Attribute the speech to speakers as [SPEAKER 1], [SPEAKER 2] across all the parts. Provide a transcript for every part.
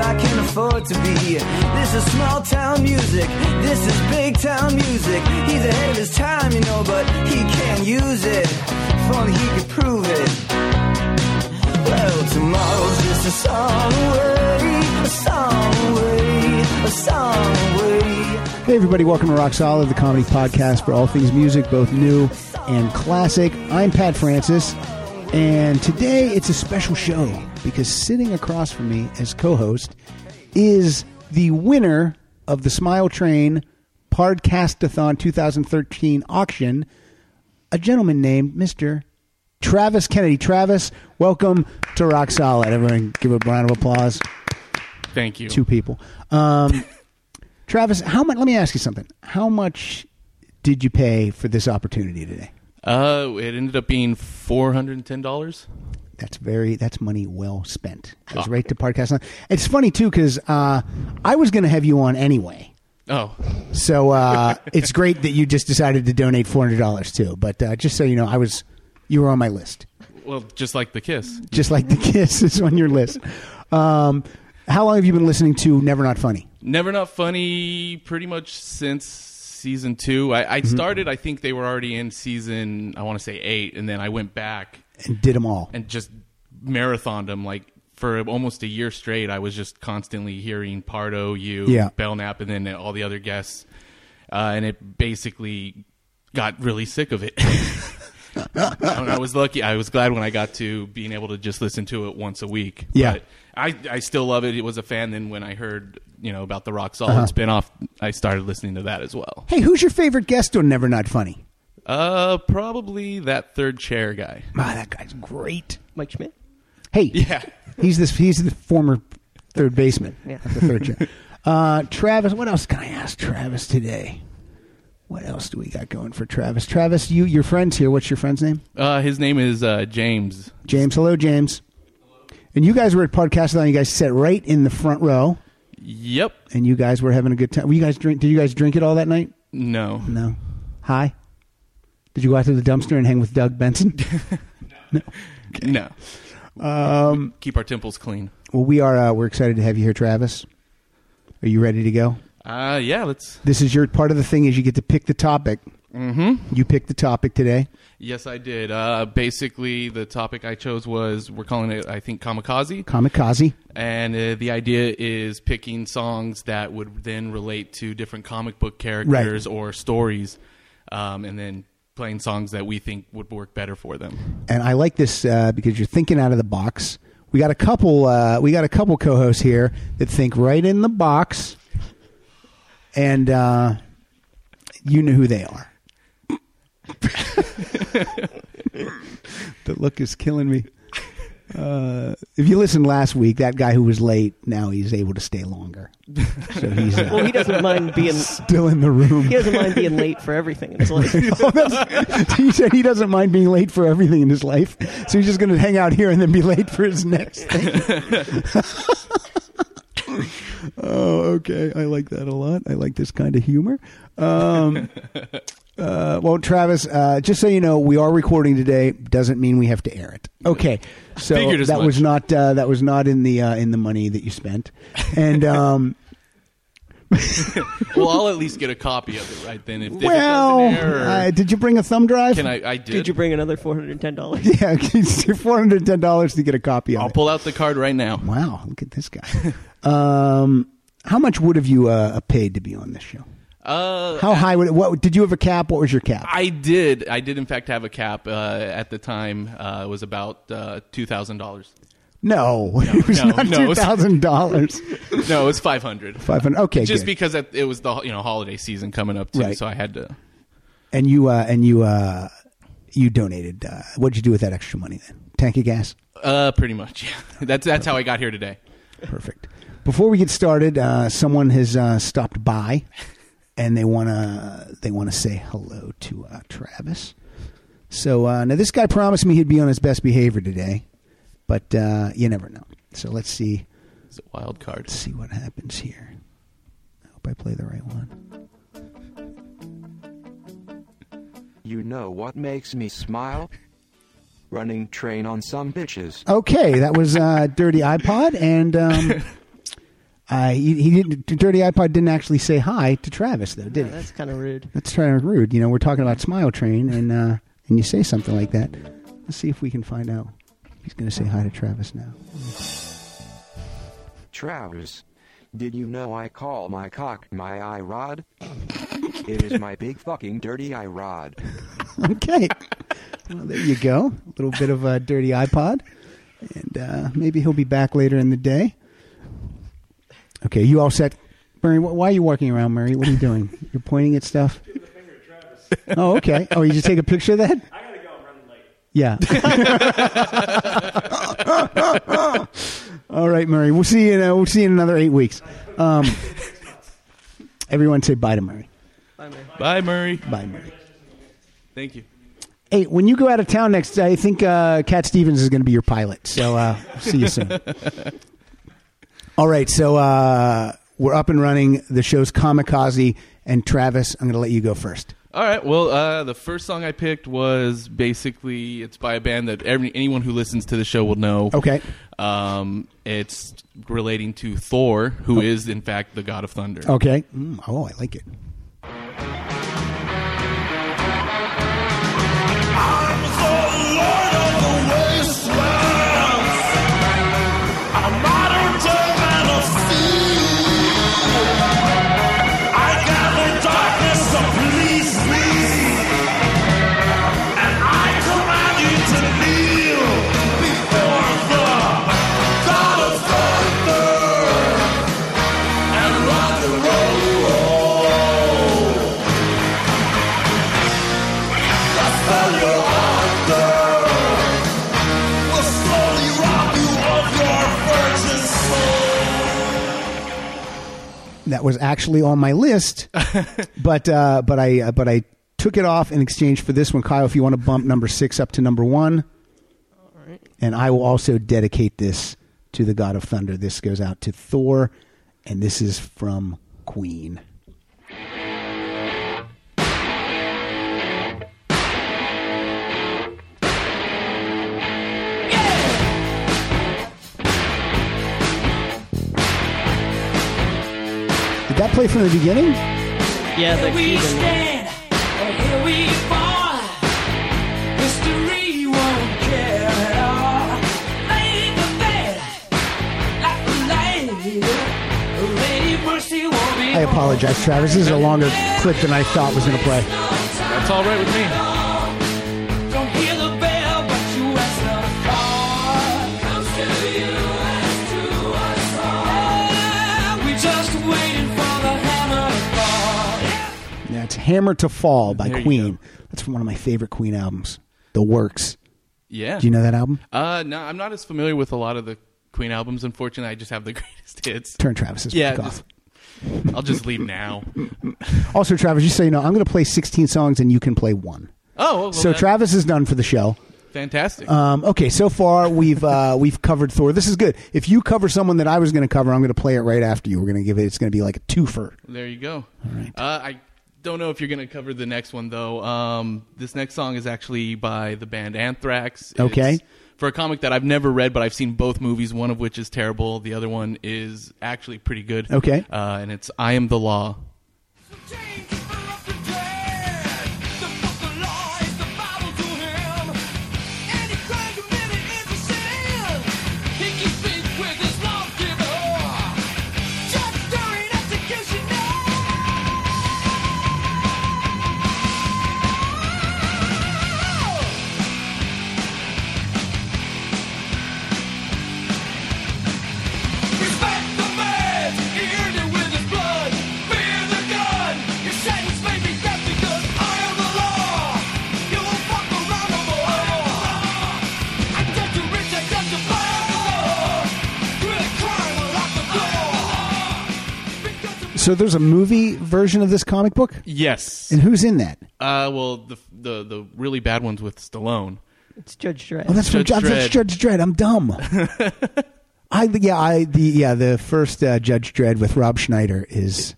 [SPEAKER 1] afford to be. This is small town music. This is big town music. He's ahead of his time, you know, but he can't use it. If only he could prove it. Well, tomorrow's just a song away, a song away, a song away.
[SPEAKER 2] Hey, everybody, welcome to Rock Solid, the comedy podcast for all things music, both new and classic. I'm Pat Francis, and today it's a special show because sitting across from me as co host is the winner of the Smile Train Podcastathon 2013 auction, a gentleman named Mr. Travis Kennedy. Travis, welcome to Rock Solid. Everyone, give a round of applause
[SPEAKER 3] Thank you.
[SPEAKER 2] two people. Um, Travis, how much? Let me ask you something. How much did you pay for this opportunity today?
[SPEAKER 3] Uh, it ended up being four hundred and ten dollars.
[SPEAKER 2] That's very that's money well spent. Goes right to podcast. It's funny too because uh, I was going to have you on anyway,
[SPEAKER 3] Oh,
[SPEAKER 2] so uh, it's great that you just decided to donate four hundred dollars too. But uh, just so you know, I was you were on my list,
[SPEAKER 3] well, just like the kiss.
[SPEAKER 2] just like the kiss is on your list. Um, how long have you been listening to Never Not Funny?
[SPEAKER 3] Never not funny. Pretty much since season two. I, I started. I think they were already in season. I want to say eight, and then I went back
[SPEAKER 2] And did them all.
[SPEAKER 3] and just marathoned them like for almost a year straight. I was just constantly hearing Pardo, you,
[SPEAKER 2] Yeah.
[SPEAKER 3] Belknap, and then all the other guests, uh, and it basically got really sick of it. and I was lucky. I was glad when I got to being able to just listen to it once a week.
[SPEAKER 2] Yeah.
[SPEAKER 3] But I I still love it. It was a fan. Then when I heard you know about the Rock Solid
[SPEAKER 2] Uh-huh.
[SPEAKER 3] spinoff, I started listening to that as well.
[SPEAKER 2] Hey, who's your favorite guest on Never Not Funny?
[SPEAKER 3] Uh, probably that third chair guy.
[SPEAKER 2] Wow, Ah, that guy's great.
[SPEAKER 4] Mike Schmidt.
[SPEAKER 2] Hey,
[SPEAKER 3] Yeah.
[SPEAKER 2] he's this. He's the former third baseman. Yeah, the third chair. Uh, Travis, what else can I ask Travis today? What else do we got going for Travis? Travis, you, your friend's here. What's your friend's name?
[SPEAKER 3] Uh, his name is uh, James.
[SPEAKER 2] James. Hello, James. And you guys were at Podcastathon. You guys sat right in the front row,
[SPEAKER 3] Yep.
[SPEAKER 2] and you guys were having a good time. Were you guys drink? Did you guys drink it all that night?
[SPEAKER 3] No.
[SPEAKER 2] No. Hi. Did you go out to the dumpster and hang with Doug Benson?
[SPEAKER 3] No. Um, keep our temples clean.
[SPEAKER 2] well, we are. Uh, we're excited to have you here, Travis. Are you ready to go?
[SPEAKER 3] Uh, yeah, let's.
[SPEAKER 2] this is your part of the thing is you get to pick the topic. Mm-hmm. You pick the topic today.
[SPEAKER 3] Yes, I did. Uh, basically, the topic I chose was we're calling it, I think, kamikaze.
[SPEAKER 2] Kamikaze.
[SPEAKER 3] And uh, the idea is picking songs that would then relate to different comic book characters or stories, um, and then playing songs that we think would work better for them.
[SPEAKER 2] And I like this uh, because you're thinking out of the box. We got a couple. Uh, we got a couple co-hosts here that think right in the box, and uh, you know who they are. the look is killing me. Uh, if you listened last week, that guy who was late now he's able to stay longer, so he's uh,
[SPEAKER 4] Well, he doesn't mind being
[SPEAKER 2] still in the room.
[SPEAKER 4] he doesn't mind being late for everything in his life.
[SPEAKER 2] Oh, that's- he said he doesn't mind being late for everything in his life, so he's just going to hang out here and then be late for his next thing. oh, okay. I like that a lot. I like this kind of humor. Um, uh, well, Travis, uh, just so you know, we are recording today. Doesn't mean we have to air it. Okay, so
[SPEAKER 3] Figured as
[SPEAKER 2] that was
[SPEAKER 3] much.
[SPEAKER 2] not uh, that was not in the uh, in the money that you spent, and. Um,
[SPEAKER 3] well, I'll at least get a copy of it right then. If, if
[SPEAKER 2] well,
[SPEAKER 3] it doesn't air, or-
[SPEAKER 2] uh, did you bring a thumb drive?
[SPEAKER 3] can I? I did.
[SPEAKER 4] Did you bring another four hundred and ten dollars?
[SPEAKER 2] Yeah, four hundred ten dollars to get a copy of
[SPEAKER 3] I'll
[SPEAKER 2] it.
[SPEAKER 3] pull out the card right now.
[SPEAKER 2] wow, look at this guy. um, how much would have you uh, paid to be on this show?
[SPEAKER 3] Uh,
[SPEAKER 2] How high would it? What did you have a cap? What was your cap?
[SPEAKER 3] I did. I did, in fact, have a cap uh, at the time. Uh, it was about uh, two thousand dollars.
[SPEAKER 2] no, it was
[SPEAKER 3] no,
[SPEAKER 2] not
[SPEAKER 3] no.
[SPEAKER 2] two thousand dollars.
[SPEAKER 3] No, it was five hundred.
[SPEAKER 2] Five hundred. Okay,
[SPEAKER 3] Just
[SPEAKER 2] good.
[SPEAKER 3] because it it was the you know holiday season coming up too,
[SPEAKER 2] Right.
[SPEAKER 3] so I had to.
[SPEAKER 2] and you uh, and you uh, you donated. Uh, what did you do with that extra money then? Tank of gas.
[SPEAKER 3] Uh, pretty much. Yeah. That's that's how I got here today.
[SPEAKER 2] Perfect. Before we get started, uh, someone has uh, stopped by, and they wanna they wanna say hello to uh, Travis. So uh, now this guy promised me he'd be on his best behavior today, but uh, you never know. So let's see
[SPEAKER 3] It's a wild card.
[SPEAKER 2] see what happens here. I hope I play the right one.
[SPEAKER 5] You know what makes me smile? Running train on some bitches.
[SPEAKER 2] Okay, that was uh, Dirty iPod, and um, I he, he didn't. Dirty iPod didn't actually say hi to Travis though, did
[SPEAKER 4] Yeah,
[SPEAKER 2] he?
[SPEAKER 4] that's kind of rude.
[SPEAKER 2] That's kind of rude. You know, we're talking about Smile Train, and uh, and you say something like that. Let's see if we can find out. He's going to say hi to Travis now.
[SPEAKER 5] Travis. Did you know I call my cock my eye rod? it is my big fucking dirty eye rod.
[SPEAKER 2] Okay. well, there you go. A little bit of a dirty iPod, and uh, maybe he'll be back later in the day. Okay, you all set, Murray? Wh- why are you walking around, Murray? What are you doing? You're pointing at stuff. Oh, okay. Oh, you just take a picture of that?
[SPEAKER 6] I gotta go. I'm running late.
[SPEAKER 2] Yeah. All right, Murray. We'll see you. In, uh, we'll see you in another eight weeks. Um, everyone, say bye to Murray.
[SPEAKER 4] Bye, man.
[SPEAKER 3] Bye, Murray.
[SPEAKER 2] Bye, Murray.
[SPEAKER 3] Thank you.
[SPEAKER 2] Hey, when you go out of town next, I think uh, Cat Stevens is going to be your pilot. So uh, we'll see you soon. All right, so uh, we're up and running. The show's Kamikaze and Travis. I'm going to let you go first.
[SPEAKER 3] All right. Well, uh, the first song I picked was basically it's by a band that every, anyone who listens to the show will know.
[SPEAKER 2] Okay.
[SPEAKER 3] Um, it's relating to Thor,
[SPEAKER 2] Oh.
[SPEAKER 3] who is in fact the god of thunder.
[SPEAKER 2] Okay. Mm, oh, I like it. That was actually on my list, but uh, but I uh, but I took it off in exchange for this one, Kyle. If you want to bump number six up to number one, and I will also dedicate this to the God of Thunder. This goes out to Thor, and this is from Queen. Did that play from the beginning?
[SPEAKER 4] Yeah, the
[SPEAKER 7] we
[SPEAKER 4] heathen.
[SPEAKER 7] stand, or here we fall. History won't care at all. Lay the bed, like the lady. Lady mercy won't be
[SPEAKER 2] I apologize, Travis. This is a longer clip than I thought was going to play.
[SPEAKER 3] That's all right with me.
[SPEAKER 7] Don't hear the bell, but you answer the call. Comes to you as to us all. We're just waiting for the hammer to fall.
[SPEAKER 2] That's "Hammer to Fall" by
[SPEAKER 3] There you
[SPEAKER 2] Queen.
[SPEAKER 3] go.
[SPEAKER 2] That's from one of my favorite Queen albums, The Works.
[SPEAKER 3] Yeah.
[SPEAKER 2] Do you know that album?
[SPEAKER 3] Uh, no, I'm not as familiar with a lot of the Queen albums. Unfortunately, I just have the greatest hits.
[SPEAKER 2] Turn Travis's
[SPEAKER 3] Yeah,
[SPEAKER 2] mic
[SPEAKER 3] just-
[SPEAKER 2] off.
[SPEAKER 3] I'll just leave now.
[SPEAKER 2] Also, Travis, just so you know, I'm going to play 16 songs and you can play one.
[SPEAKER 3] Oh, well,
[SPEAKER 2] so
[SPEAKER 3] that's
[SPEAKER 2] Travis is done for the show.
[SPEAKER 3] fantastic.
[SPEAKER 2] Um, okay, so far we've uh, we've covered Thor. This is good. If you cover someone that I was going to cover, I'm going to play it right after you. We're going to give it. It's going to be like a twofer.
[SPEAKER 3] There you go. Uh, I don't know if you're going to cover the next one though. Um, this next song is actually by the band Anthrax. It's
[SPEAKER 2] Okay.
[SPEAKER 3] for a comic that I've never read, but I've seen both movies. One of which is terrible. The other one is actually pretty good.
[SPEAKER 2] Okay.
[SPEAKER 3] Uh, and it's I Am the Law.
[SPEAKER 7] Oh! Respect the man, he earned it with his blood. Fear the gun, your sentence may be death because I am the law. You won't fuck around no more. I judge you rich, I judge you poor. Really crime, I lock the door. Because of
[SPEAKER 2] So there's a movie version of this comic book,
[SPEAKER 3] Yes.
[SPEAKER 2] and who's in that?
[SPEAKER 3] Uh, well, the the the really bad ones with Stallone.
[SPEAKER 4] It's Judge Dredd.
[SPEAKER 2] Oh, that's from
[SPEAKER 3] Judge
[SPEAKER 2] Judge, that's Judge
[SPEAKER 3] Dredd.
[SPEAKER 2] Dredd. I'm dumb. I yeah I the yeah the first uh, Judge Dredd with Rob Schneider is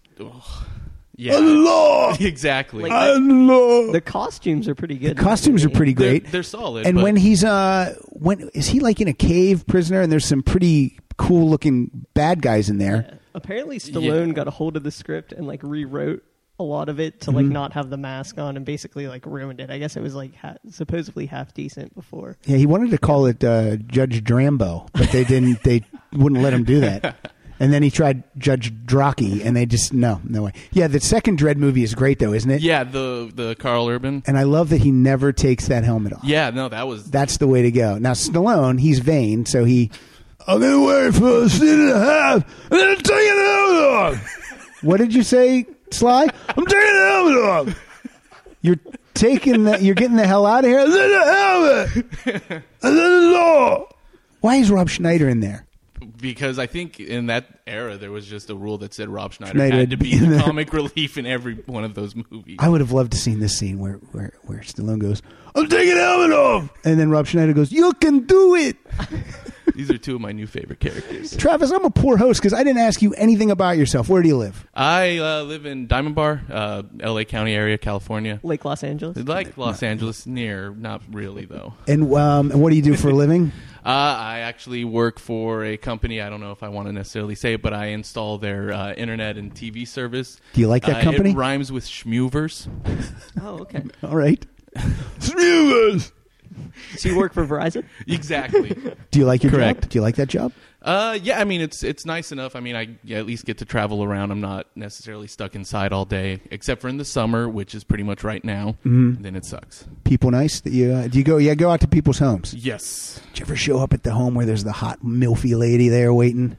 [SPEAKER 3] Yeah.
[SPEAKER 2] law
[SPEAKER 3] Exactly.
[SPEAKER 4] Like-
[SPEAKER 2] law.
[SPEAKER 4] the costumes are pretty good. in that
[SPEAKER 2] Costumes are
[SPEAKER 4] movie.
[SPEAKER 2] pretty great.
[SPEAKER 3] They're, they're solid.
[SPEAKER 2] and
[SPEAKER 3] but-
[SPEAKER 2] when he's uh when is he like in a cave prisoner and there's some pretty cool looking bad guys in there
[SPEAKER 4] Apparently, Stallone got a hold of the script and like rewrote a lot of it to like
[SPEAKER 2] Mm-hmm.
[SPEAKER 4] not have the mask on and basically like ruined it. I guess it was like ha- supposedly half decent before.
[SPEAKER 2] Yeah, he wanted to call it uh, Judge Drambo, but they didn't. they wouldn't let him do that. And then he tried Judge Drocky, and they just no, no way. Yeah, the second Dread movie is great though, isn't it?
[SPEAKER 3] Yeah, the the Carl Urban.
[SPEAKER 2] And I love that he never takes that helmet off.
[SPEAKER 3] Yeah, no, that was
[SPEAKER 2] That's the way to go. Now Stallone, he's vain, so he. I'm gonna wear it for a season and a half, and then I'm taking the helmet off. what did you say, Sly? I'm taking the helmet off. You're taking the. You're getting the hell out of here. And then the helmet. And then the law. Why is Rob Schneider in there?
[SPEAKER 3] because I think in that era there was just a rule that said Rob Schneider,
[SPEAKER 2] Schneider
[SPEAKER 3] had to
[SPEAKER 2] had to
[SPEAKER 3] be
[SPEAKER 2] be in
[SPEAKER 3] the
[SPEAKER 2] there.
[SPEAKER 3] comic relief in every one of those movies.
[SPEAKER 2] I would have loved to seen this scene where where where Stallone goes, "I'm taking the helmet off," and then Rob Schneider goes, "You can do it."
[SPEAKER 3] These are two of my new favorite characters.
[SPEAKER 2] Travis, I'm a poor host because I didn't ask you anything about yourself. Where do you live?
[SPEAKER 3] I uh, live in Diamond Bar, uh, L.A. County area, California.
[SPEAKER 4] Like Los Angeles,
[SPEAKER 3] Like Los Angeles, near, not really though.
[SPEAKER 2] And um, and what do you do for a living?
[SPEAKER 3] Uh, I actually work for a company. I don't know if I want to necessarily say it, but I install their uh, internet and TV service.
[SPEAKER 2] Do you like that
[SPEAKER 3] Uh,
[SPEAKER 2] company?
[SPEAKER 3] It rhymes with Schmuvers.
[SPEAKER 4] oh okay.
[SPEAKER 2] All right.
[SPEAKER 4] So you work for Verizon?
[SPEAKER 3] Exactly.
[SPEAKER 2] Do you like your
[SPEAKER 3] Correct.
[SPEAKER 2] job? Do you like that job?
[SPEAKER 3] Uh, yeah, I mean it's it's nice enough. I mean I yeah, at least get to travel around. I'm not necessarily stuck inside all day, except for in the summer, which is pretty much right now. Then it sucks.
[SPEAKER 2] People nice that you uh, do you go? Yeah, go out to people's homes. Did
[SPEAKER 3] Yes.
[SPEAKER 2] you ever show up at the home where there's the hot milfy lady there waiting?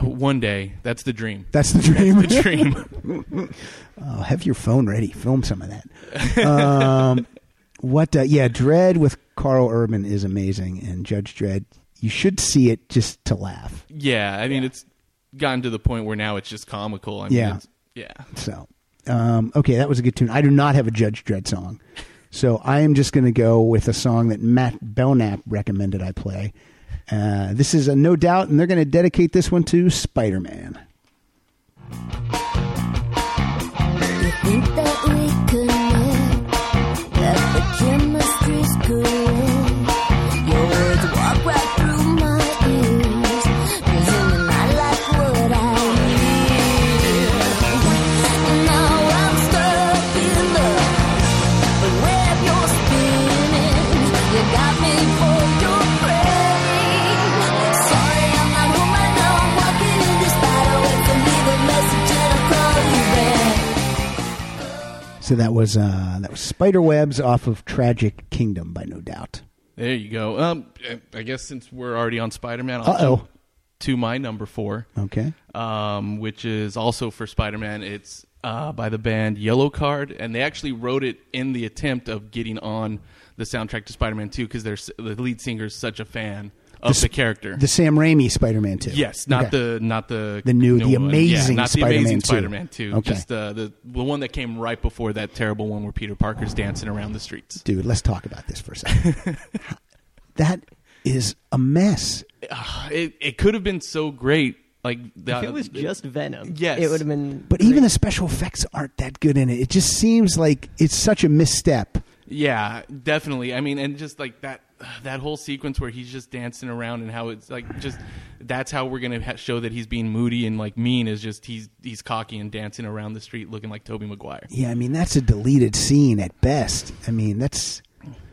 [SPEAKER 3] One day, that's the dream.
[SPEAKER 2] That's the dream.
[SPEAKER 3] the dream.
[SPEAKER 2] oh, have your phone ready. Film some of that. Um, what? Uh, yeah, Dread with Carl Urban is amazing, and Judge Dread. You should see it just to laugh.
[SPEAKER 3] yeah, I mean it's gotten to the point where now it's just comical. I mean,
[SPEAKER 2] Yeah.
[SPEAKER 3] It's, yeah.
[SPEAKER 2] So, um, okay, that was a good tune. I do not have a Judge Dredd song, so I am just going to go with a song that Matt Belknap recommended I play. Uh, this is a no doubt, and they're going to dedicate this one to Spider Man.
[SPEAKER 6] You think that we connect, that the chemistry's correct. Your words walk right through my ears, 'cause in the night like what I hear. And now I'm stuck in the web you're spinning. You got me for your brain. Sorry, I'm not human. Now I'm walking in this spider web to leave a message and I'll call you back.
[SPEAKER 2] So that was uh, that was Spider Webs off of Tragic Kingdom by No Doubt.
[SPEAKER 3] There you go. Um, I guess since we're already on Spider Man, I'll
[SPEAKER 2] Uh-oh.
[SPEAKER 3] jump to my number four,
[SPEAKER 2] Okay,
[SPEAKER 3] um, which is also for Spider Man. It's uh, by the band Yellow Card, and they actually wrote it in the attempt of getting on the soundtrack to Spider Man 2 because the lead singer is such a fan of the, character.
[SPEAKER 2] the Sam Raimi Spider Man too.
[SPEAKER 3] Yes, not the not the
[SPEAKER 2] The new- the
[SPEAKER 3] one.
[SPEAKER 2] amazing
[SPEAKER 3] yeah, not
[SPEAKER 2] Spider-Man
[SPEAKER 3] the amazing
[SPEAKER 2] 2.
[SPEAKER 3] Spider-Man two.
[SPEAKER 2] Okay.
[SPEAKER 3] Just uh, the the one that came right before that terrible one where Peter Parker's dancing around the streets.
[SPEAKER 2] dude. Let's talk about this for a second. that is a mess.
[SPEAKER 3] It it could have been so great. Like
[SPEAKER 4] If it was just Venom,
[SPEAKER 3] Yes.
[SPEAKER 4] it would have been.
[SPEAKER 2] But even the special effects aren't that good in it. It just seems like it's such a misstep.
[SPEAKER 3] Yeah, definitely. I mean, and just like that that whole sequence where he's just dancing around and how it's like just that's how we're gonna ha- show that he's being moody and like mean is just he's he's cocky and dancing around the street looking like Toby Maguire.
[SPEAKER 2] Yeah, I mean that's a deleted scene at best. I mean that's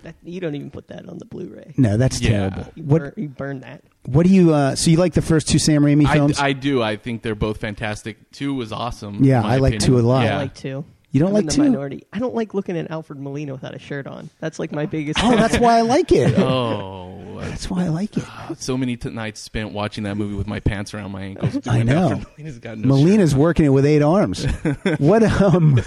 [SPEAKER 4] that, you don't even put that on the Blu-ray.
[SPEAKER 2] no, that's
[SPEAKER 3] Yeah.
[SPEAKER 2] terrible.
[SPEAKER 4] You,
[SPEAKER 2] What
[SPEAKER 4] burn, you burn that.
[SPEAKER 2] what do you uh so you like the first two Sam Raimi
[SPEAKER 3] I,
[SPEAKER 2] films?
[SPEAKER 3] I do. I think they're both fantastic. Two was awesome.
[SPEAKER 2] Yeah,
[SPEAKER 3] in my
[SPEAKER 2] I like
[SPEAKER 3] opinion.
[SPEAKER 2] two a lot.
[SPEAKER 3] Yeah.
[SPEAKER 4] I like two.
[SPEAKER 2] You don't
[SPEAKER 4] I'm
[SPEAKER 2] like
[SPEAKER 4] in the
[SPEAKER 2] two?
[SPEAKER 4] Minority. I don't like looking at Alfred Molina without a shirt on. That's like my biggest.
[SPEAKER 2] oh, that's why I like it.
[SPEAKER 3] Oh, uh,
[SPEAKER 2] That's why I like it.
[SPEAKER 3] so many t- nights spent watching that movie with my pants around my ankles.
[SPEAKER 2] I know.
[SPEAKER 3] Molina's got no
[SPEAKER 2] Molina's working it with eight arms. what um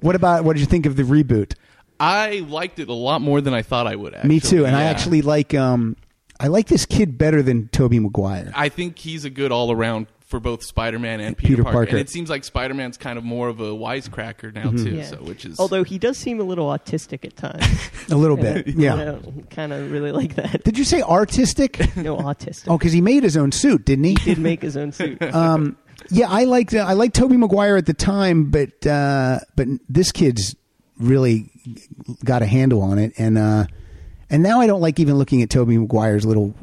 [SPEAKER 2] what about what did you think of the reboot?
[SPEAKER 3] shirt. I liked it a lot more than I thought I would. Actually.
[SPEAKER 2] Me too, and I
[SPEAKER 3] Yeah.
[SPEAKER 2] actually like um I like this kid better than Toby Maguire.
[SPEAKER 3] I think he's a good all around for both Spider Man and Peter,
[SPEAKER 2] Peter
[SPEAKER 3] Parker.
[SPEAKER 2] Parker.
[SPEAKER 3] And it seems like Spider Man's kind of more of a wisecracker now
[SPEAKER 1] Mm-hmm.
[SPEAKER 3] too.
[SPEAKER 4] Yeah.
[SPEAKER 3] So which is
[SPEAKER 4] Although he does seem a little autistic at times.
[SPEAKER 2] A little bit.
[SPEAKER 4] I
[SPEAKER 2] Yeah.
[SPEAKER 4] don't kind of really like that.
[SPEAKER 2] Did you say artistic?
[SPEAKER 4] No autistic.
[SPEAKER 2] Oh, because he made his own suit, didn't he?
[SPEAKER 4] Did make his own suit.
[SPEAKER 2] Um, yeah, I liked
[SPEAKER 1] uh,
[SPEAKER 2] I liked Toby Maguire at the time, but uh, but this kid's really got a handle on it, and uh, and now I don't like even looking at Toby Maguire's little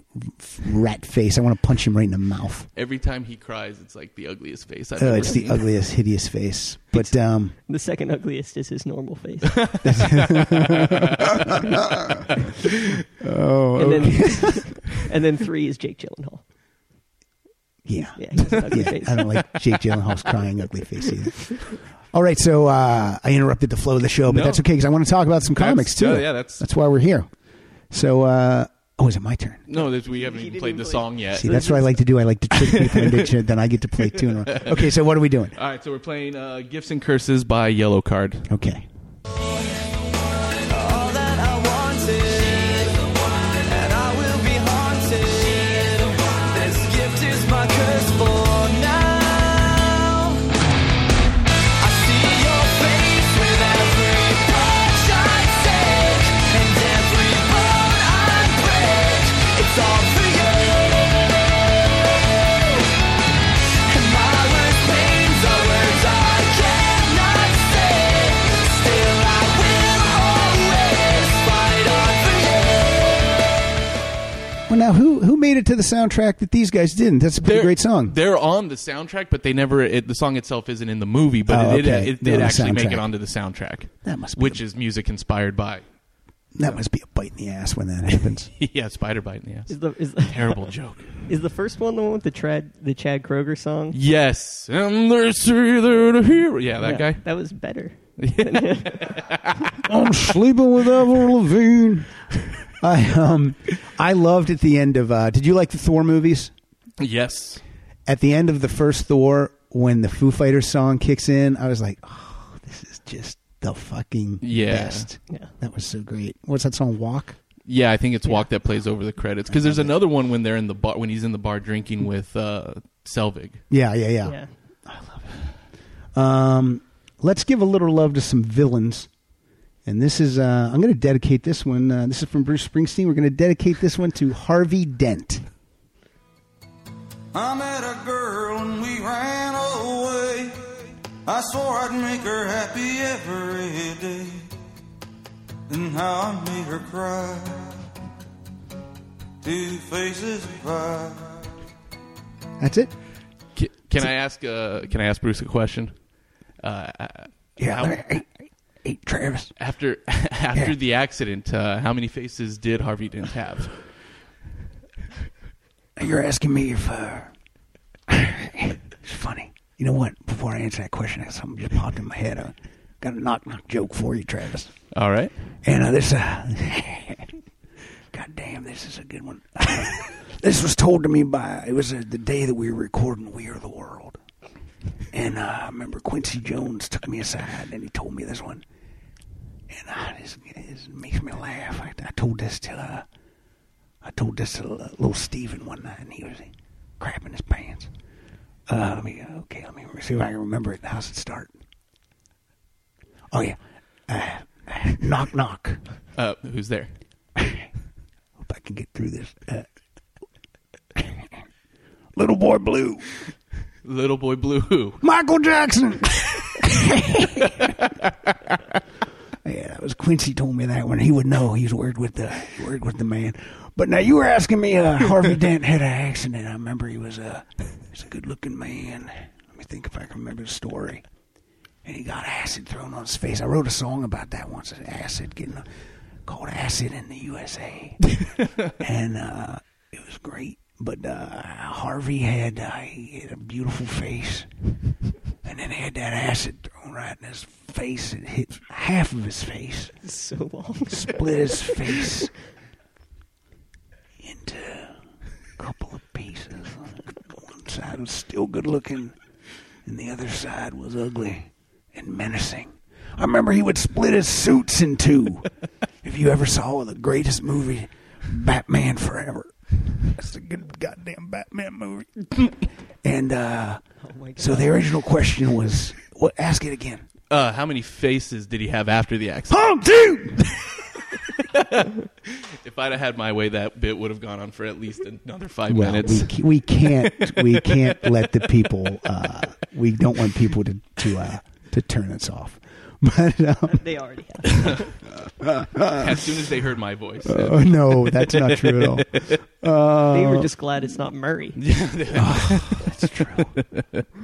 [SPEAKER 1] rat face. I want to punch him right in the mouth.
[SPEAKER 3] Every time he cries, it's like the ugliest face I've
[SPEAKER 1] Oh,
[SPEAKER 3] ever
[SPEAKER 1] it's the
[SPEAKER 3] seen.
[SPEAKER 1] ugliest, hideous face. But um,
[SPEAKER 4] The second ugliest is his normal face.
[SPEAKER 1] oh,
[SPEAKER 4] and then and then three is Jake Gyllenhaal.
[SPEAKER 1] yeah,
[SPEAKER 4] Yeah, he has an ugly
[SPEAKER 1] yeah.
[SPEAKER 4] face.
[SPEAKER 1] I don't like Jake Gyllenhaal's crying ugly face either. All right, so uh, I interrupted the flow of the show, but
[SPEAKER 3] No.
[SPEAKER 1] that's okay because I want to talk about some
[SPEAKER 3] That's-
[SPEAKER 1] comics too.
[SPEAKER 3] yeah, yeah, that's-
[SPEAKER 1] that's why we're here. So, uh, oh, is it my turn?
[SPEAKER 3] No, there's, we haven't
[SPEAKER 4] He
[SPEAKER 3] even
[SPEAKER 4] didn't
[SPEAKER 3] played the
[SPEAKER 4] play-
[SPEAKER 3] song yet.
[SPEAKER 1] See, that's what I like to do. I like to trick people into it, then I get to play two. In a row. Okay, so what are we doing?
[SPEAKER 3] All right, so we're playing uh, "Gifts and Curses" by Yellow Card.
[SPEAKER 1] Okay.
[SPEAKER 7] all that I wanted, and I will be haunted. This gift is my curse for now. I see your face with every punch I take and every bone I break. It's all for you. And my worst pains are words I cannot say. Still, I will always fight on for you.
[SPEAKER 1] Well, now who who made it to the soundtrack that these guys didn't? That's a pretty great song.
[SPEAKER 3] They're on the soundtrack, but they never. It, the song itself isn't in the movie, but
[SPEAKER 1] Oh,
[SPEAKER 3] it, did-
[SPEAKER 1] okay.
[SPEAKER 3] it, did
[SPEAKER 1] No, the
[SPEAKER 3] actually make
[SPEAKER 1] soundtrack.
[SPEAKER 3] it onto the soundtrack.
[SPEAKER 1] That must be
[SPEAKER 3] which
[SPEAKER 1] the-
[SPEAKER 3] is music inspired by
[SPEAKER 1] That must be a bite in the ass when that happens.
[SPEAKER 3] yeah, Spider Bite in the ass.
[SPEAKER 4] Is the is the,
[SPEAKER 3] Terrible joke.
[SPEAKER 4] is the first one the one with the Trad the Chad Kroger song?
[SPEAKER 3] Yes, and there's either the hero. Yeah, that
[SPEAKER 4] Yeah,
[SPEAKER 3] guy.
[SPEAKER 4] That was better.
[SPEAKER 1] I'm sleeping with Avril Lavigne. I um I loved at the end of uh did you like the Thor movies?
[SPEAKER 3] Yes,
[SPEAKER 1] At the end of the first Thor when the Foo Fighters song kicks in, I was like, "Oh, this is just the fucking
[SPEAKER 3] Yeah.
[SPEAKER 1] best."
[SPEAKER 4] Yeah.
[SPEAKER 1] That was so great. What's that song Walk?
[SPEAKER 3] yeah. I think it's Walk that plays over the credits because there's another one when they're in the bar when he's in the bar drinking with uh, Selvig.
[SPEAKER 1] Yeah, yeah, yeah.
[SPEAKER 4] Yeah.
[SPEAKER 1] Um, let's give a little love to some villains. And this is, uh, I'm going to dedicate this one. Uh, this is from Bruce Springsteen. We're going to dedicate this one to Harvey Dent.
[SPEAKER 2] I met a girl and we ran away. I swore I'd make her happy every day. And how I made her cry. Two faces of pie.
[SPEAKER 1] That's it?
[SPEAKER 3] Can, can I ask? Uh, can I ask Bruce a question? Uh, how-
[SPEAKER 1] Hey, Travis.
[SPEAKER 3] after after the accident, uh, how many faces did Harvey Dent have?
[SPEAKER 1] You're asking me if, uh, it's funny. You know what? Before I answer that question, I something just popped in my head. I got a knock knock joke for you, Travis.
[SPEAKER 3] All right.
[SPEAKER 1] And uh, this, uh, God damn, this is a good one. this was told to me by, it was uh, the day that we were recording We Are the World. And uh, I remember Quincy Jones took me aside and he told me this one. And uh, this, this makes me laugh. I, I told this to, uh, I told this to uh, little Steven one night and he was crapping his pants. Uh, let me, okay, let me see if I can remember it. How's it start? Oh, yeah. Uh, knock, knock.
[SPEAKER 3] Uh, who's there?
[SPEAKER 1] Hope I can get through this. Uh, little boy blue,
[SPEAKER 3] Little boy blue. Who?
[SPEAKER 1] Michael Jackson. yeah, that was Quincy told me that one. He would know. He's word with the word with the man. But now you were asking me. Uh, Harvey Dent had an accident. I remember he was a he's a good looking man. Let me think if I can remember the story. And he got acid thrown on his face. I wrote a song about that once. Acid getting called acid in the USA. and uh, it was great. But uh, Harvey had uh, he had a beautiful face, and then he had that acid thrown right in his face. It hit half of his face,
[SPEAKER 4] It's so long.
[SPEAKER 1] split his face into a couple of pieces. One side was still good looking, and the other side was ugly and menacing. I remember he would split his suits in two. if you ever saw the greatest movie, Batman Forever, that's a good goddamn Batman movie. and uh,
[SPEAKER 4] my God.
[SPEAKER 1] so the original question was, what? Ask it again.
[SPEAKER 3] Uh, how many faces did he have after the accident?
[SPEAKER 1] Pong two.
[SPEAKER 3] If I'd have had my way, that bit would have gone on for at least another five
[SPEAKER 1] Well,
[SPEAKER 3] minutes.
[SPEAKER 1] we, we can't we can't let the people. Uh, we don't want people to to uh, to turn us off.
[SPEAKER 2] But um,
[SPEAKER 4] They already have.
[SPEAKER 3] As soon as they heard my voice,
[SPEAKER 2] oh, no, that's not true at all.
[SPEAKER 4] they were just glad it's not Murray.
[SPEAKER 2] That's true.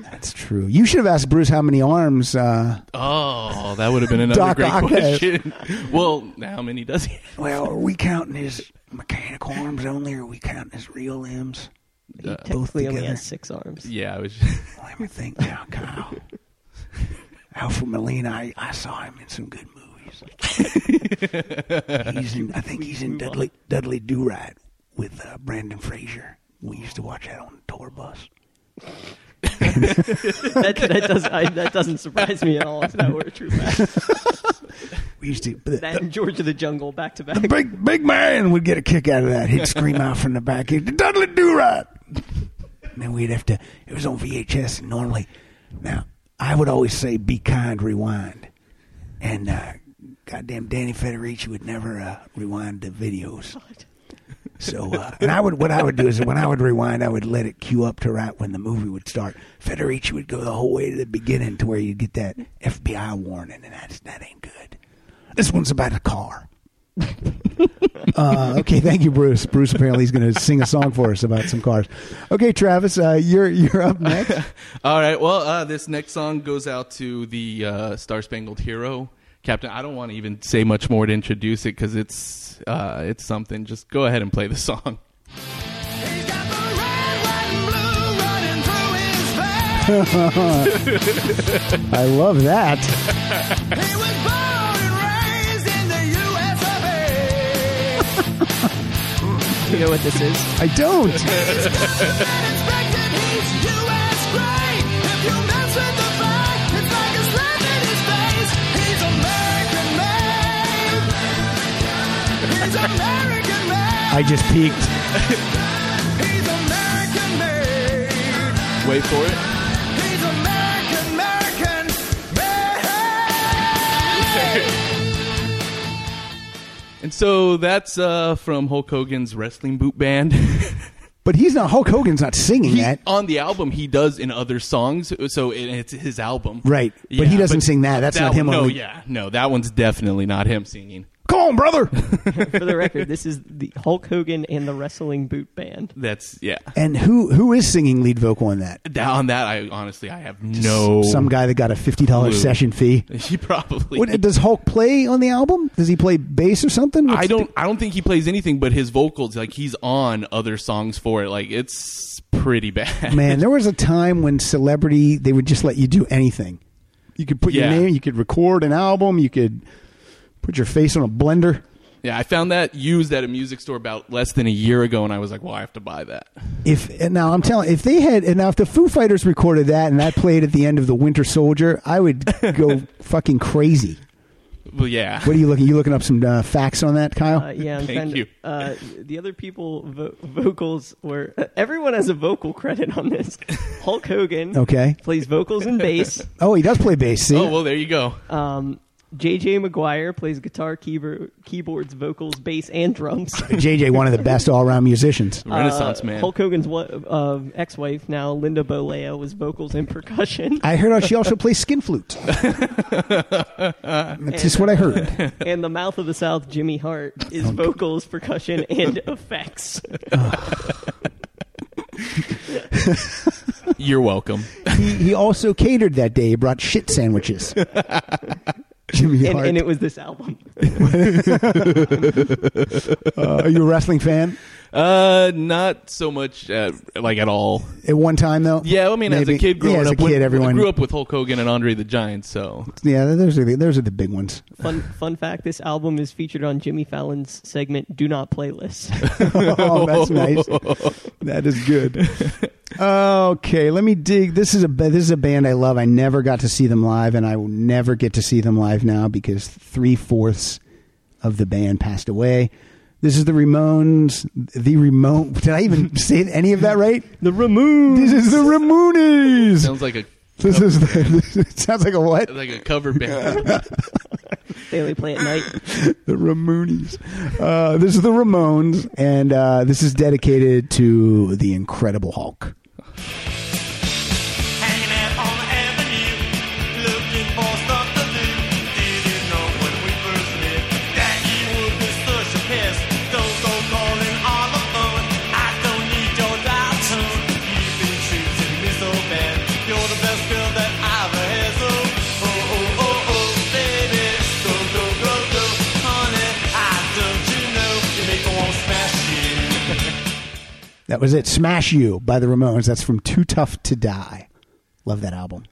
[SPEAKER 2] That's true. You should have asked Bruce how many arms. Uh,
[SPEAKER 3] oh, that would have been another
[SPEAKER 2] Doc
[SPEAKER 3] great
[SPEAKER 2] Ock has-
[SPEAKER 3] question. well, how many does he?
[SPEAKER 2] well, are we counting his mechanical arms only, or are we counting his real limbs?
[SPEAKER 4] He technically only
[SPEAKER 2] together.
[SPEAKER 4] has six arms.
[SPEAKER 3] Yeah, I was.
[SPEAKER 2] Let me think now, Kyle. Alfred Molina, I, I saw him in some good movies. he's in, I think he's in Dudley Dudley Do Right with uh, Brandon Fraser. We used to watch that on the tour bus.
[SPEAKER 4] that, that, does, I, that doesn't surprise me at all if that were a true fact.
[SPEAKER 2] We used to. The,
[SPEAKER 4] That and George of the Jungle back to back.
[SPEAKER 2] the big big man would get a kick out of that. He'd scream out from the back, he'd, "Dudley Do Right!" And then we'd have to. It was on VHS, and normally, now I would always say, "Be kind, rewind," and uh, goddamn Danny Federici would never uh, rewind the videos. So, uh, and I would what I would do is when I would rewind, I would let it cue up to right when the movie would start. Federici would go the whole way to the beginning to where you get that FBI warning, and that's that ain't good. This one's about a car. uh, okay, thank you, Bruce. Bruce apparently is going to sing a song for us about some cars. Okay, Travis, uh, you're you're up next.
[SPEAKER 3] All right. Well, uh, this next song goes out to the uh, Star Spangled Hero, Captain. I don't want to even say much more to introduce it because it's uh, it's something. Just go ahead and play the song.
[SPEAKER 7] He's got the red, white, and blue running through his veins.
[SPEAKER 2] I love that.
[SPEAKER 7] He was born and raised in the U.S. of A.
[SPEAKER 4] You know what this is?
[SPEAKER 2] I don't.
[SPEAKER 7] And inspected, he's U.S. great. If you mess with the flag, it's like a slap in his face. He's American made. He's American made.
[SPEAKER 2] I just peeked.
[SPEAKER 7] He's American made.
[SPEAKER 3] Wait for it.
[SPEAKER 7] He's American, American made.
[SPEAKER 3] And so that's uh, from Hulk Hogan's Wrestling Boot Band.
[SPEAKER 2] But he's not Hulk Hogan's not singing
[SPEAKER 3] He-
[SPEAKER 2] that.
[SPEAKER 3] on the album, he does in other songs, so it, it's his album,
[SPEAKER 2] Right. But he doesn't sing that. That's not him
[SPEAKER 3] No,
[SPEAKER 2] only.
[SPEAKER 3] yeah, no, that one's definitely not him singing.
[SPEAKER 2] Come on, brother.
[SPEAKER 4] For the record, this is the Hulk Hogan and the Wrestling Boot Band.
[SPEAKER 3] That's yeah.
[SPEAKER 2] And who who is singing lead vocal on that?
[SPEAKER 3] That, on that, I honestly, I have no.
[SPEAKER 2] Some guy that got a fifty
[SPEAKER 3] Lou.
[SPEAKER 2] dollars session fee.
[SPEAKER 3] He probably.
[SPEAKER 2] What, does Hulk play on the album? Does he play bass or something?
[SPEAKER 3] I don't. I don't think he plays anything but his vocals. Like he's on other songs for it. Like it's pretty bad.
[SPEAKER 2] Man, there was a time when celebrity they would just let you do anything. You could put
[SPEAKER 3] Yeah.
[SPEAKER 2] your name. You could record an album. You could put your face on a blender.
[SPEAKER 3] Yeah, I found that used at a music store about less than a year ago, and I was like, "Well, I have to buy that."
[SPEAKER 2] If and now I'm telling, if they had and now if the Foo Fighters recorded that and that played at the end of the Winter Soldier, I would go fucking crazy.
[SPEAKER 3] Well, yeah.
[SPEAKER 2] What are you looking? You looking up some uh, facts on that, Kyle?
[SPEAKER 4] Uh, yeah, I'm
[SPEAKER 3] Thank
[SPEAKER 4] trying to-
[SPEAKER 3] you.
[SPEAKER 4] Uh, the other people vo- vocals were uh, everyone has a vocal credit on this. Hulk Hogan
[SPEAKER 2] Okay.
[SPEAKER 4] plays vocals and bass.
[SPEAKER 2] Oh, he does play bass. See,
[SPEAKER 3] oh well, there you go.
[SPEAKER 2] Uh,
[SPEAKER 4] Um, JJ McGuire plays guitar, keyboard, keyboards, vocals, bass, and drums.
[SPEAKER 2] JJ, one of the best all-around musicians.
[SPEAKER 3] Renaissance
[SPEAKER 4] Uh,
[SPEAKER 3] man.
[SPEAKER 4] Hulk Hogan's wa- uh, ex-wife now Linda Bolea was vocals and percussion,
[SPEAKER 2] I heard she also plays skin flute. That's just what I heard.
[SPEAKER 4] and the Mouth of the South Jimmy Hart is vocals, percussion, and effects.
[SPEAKER 3] You're welcome.
[SPEAKER 2] He, he also catered that day. He brought shit sandwiches. Jimmy
[SPEAKER 4] And,
[SPEAKER 2] Hart.
[SPEAKER 4] and it was this album.
[SPEAKER 2] Uh, are you a wrestling fan?
[SPEAKER 3] Uh, not so much uh, like at all.
[SPEAKER 2] At one time, though.
[SPEAKER 3] Yeah, I mean, as a
[SPEAKER 2] Maybe.
[SPEAKER 3] kid growing
[SPEAKER 2] yeah, as
[SPEAKER 3] up,
[SPEAKER 2] a kid,
[SPEAKER 3] when-
[SPEAKER 2] everyone.
[SPEAKER 3] grew up with Hulk Hogan and Andre the Giant. So
[SPEAKER 2] Yeah, those are the, those are the big ones.
[SPEAKER 4] Fun fun fact: this album is featured on Jimmy Fallon's segment "Do Not Playlist."
[SPEAKER 2] oh, that's nice. That is good. Okay, let me dig. This is a ba- this is a band I love. I never got to see them live, and I will never get to see them live now because three fourths of the band passed away. This is the Ramones. The Ramon. Did I even say any of that right?
[SPEAKER 4] the Ramones.
[SPEAKER 2] This is the Ramones.
[SPEAKER 3] sounds like a
[SPEAKER 2] This is. The, it sounds like a what?
[SPEAKER 3] like a cover band.
[SPEAKER 4] They only play at night.
[SPEAKER 2] The Ramones. Uh, this is the Ramones, and uh, this is dedicated to the Incredible Hulk.
[SPEAKER 7] Hanging out on the avenue, looking for stuff to do. oh,
[SPEAKER 2] That was it. Smash You by the Ramones. That's from Too Tough to Die. Love that album.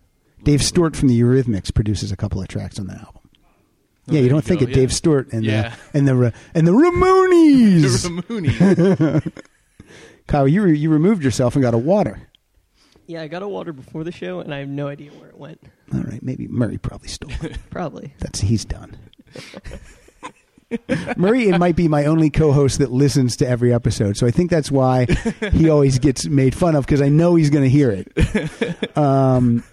[SPEAKER 2] Dave Stewart from the Eurythmics produces a couple of tracks on that album. yeah, you
[SPEAKER 3] Oh, there
[SPEAKER 2] don't
[SPEAKER 3] you
[SPEAKER 2] think
[SPEAKER 3] go,
[SPEAKER 2] of
[SPEAKER 3] yeah.
[SPEAKER 2] Dave Stewart and
[SPEAKER 3] Yeah.
[SPEAKER 2] the and the Ra- and the Ramones.
[SPEAKER 3] Ramooney.
[SPEAKER 2] Kyle, you re- you removed yourself and got a water.
[SPEAKER 4] Yeah, I got a water before the show, and I have no idea where it went.
[SPEAKER 2] All right, maybe Murray probably stole it.
[SPEAKER 4] Probably.
[SPEAKER 2] That's he's done. Murray, it might be my only co-host that listens to every episode, so I think that's why he always gets made fun of because I know he's going to hear it. Um,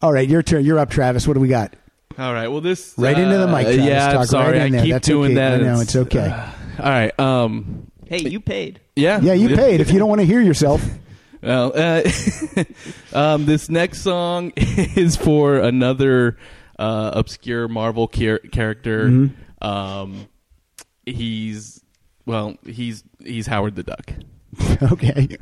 [SPEAKER 2] all right, your turn. You're up, Travis. What do we got?
[SPEAKER 3] All right. Well, this
[SPEAKER 2] Right into the
[SPEAKER 3] uh,
[SPEAKER 2] mic, Travis.
[SPEAKER 3] Yeah,
[SPEAKER 2] Talk
[SPEAKER 3] I'm
[SPEAKER 2] right
[SPEAKER 3] sorry.
[SPEAKER 2] in there.
[SPEAKER 3] I keep
[SPEAKER 2] That's
[SPEAKER 3] doing
[SPEAKER 2] okay.
[SPEAKER 3] that. uh,
[SPEAKER 2] I know, it's okay.
[SPEAKER 3] all right. Um.
[SPEAKER 4] Hey, you paid.
[SPEAKER 3] Yeah.
[SPEAKER 2] Yeah, you paid. If you don't want to hear yourself,
[SPEAKER 3] Well, uh, um, this next song is for another uh, obscure Marvel char- character.
[SPEAKER 2] Mm-hmm.
[SPEAKER 3] Um, he's well, he's he's Howard the Duck.
[SPEAKER 2] okay.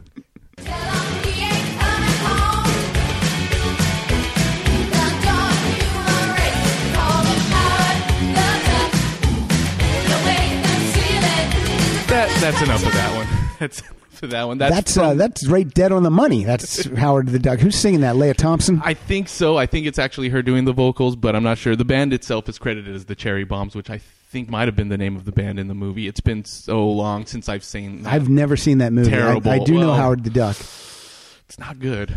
[SPEAKER 3] That that's enough of that one. That's enough of that one. That's,
[SPEAKER 2] That's
[SPEAKER 3] from-
[SPEAKER 2] uh, that's right dead on the money. That's Howard the Duck. Who's singing that? Leah Thompson.
[SPEAKER 3] I think so. I think it's actually her doing the vocals, but I'm not sure. The band itself is credited as the Cherry Bombs, which I think might have been the name of the band in the movie. It's been so long since I've seen. That.
[SPEAKER 2] I've never seen that movie. I-
[SPEAKER 3] Terrible.
[SPEAKER 2] I, do know
[SPEAKER 3] Well-
[SPEAKER 2] Howard the Duck.
[SPEAKER 3] It's not good.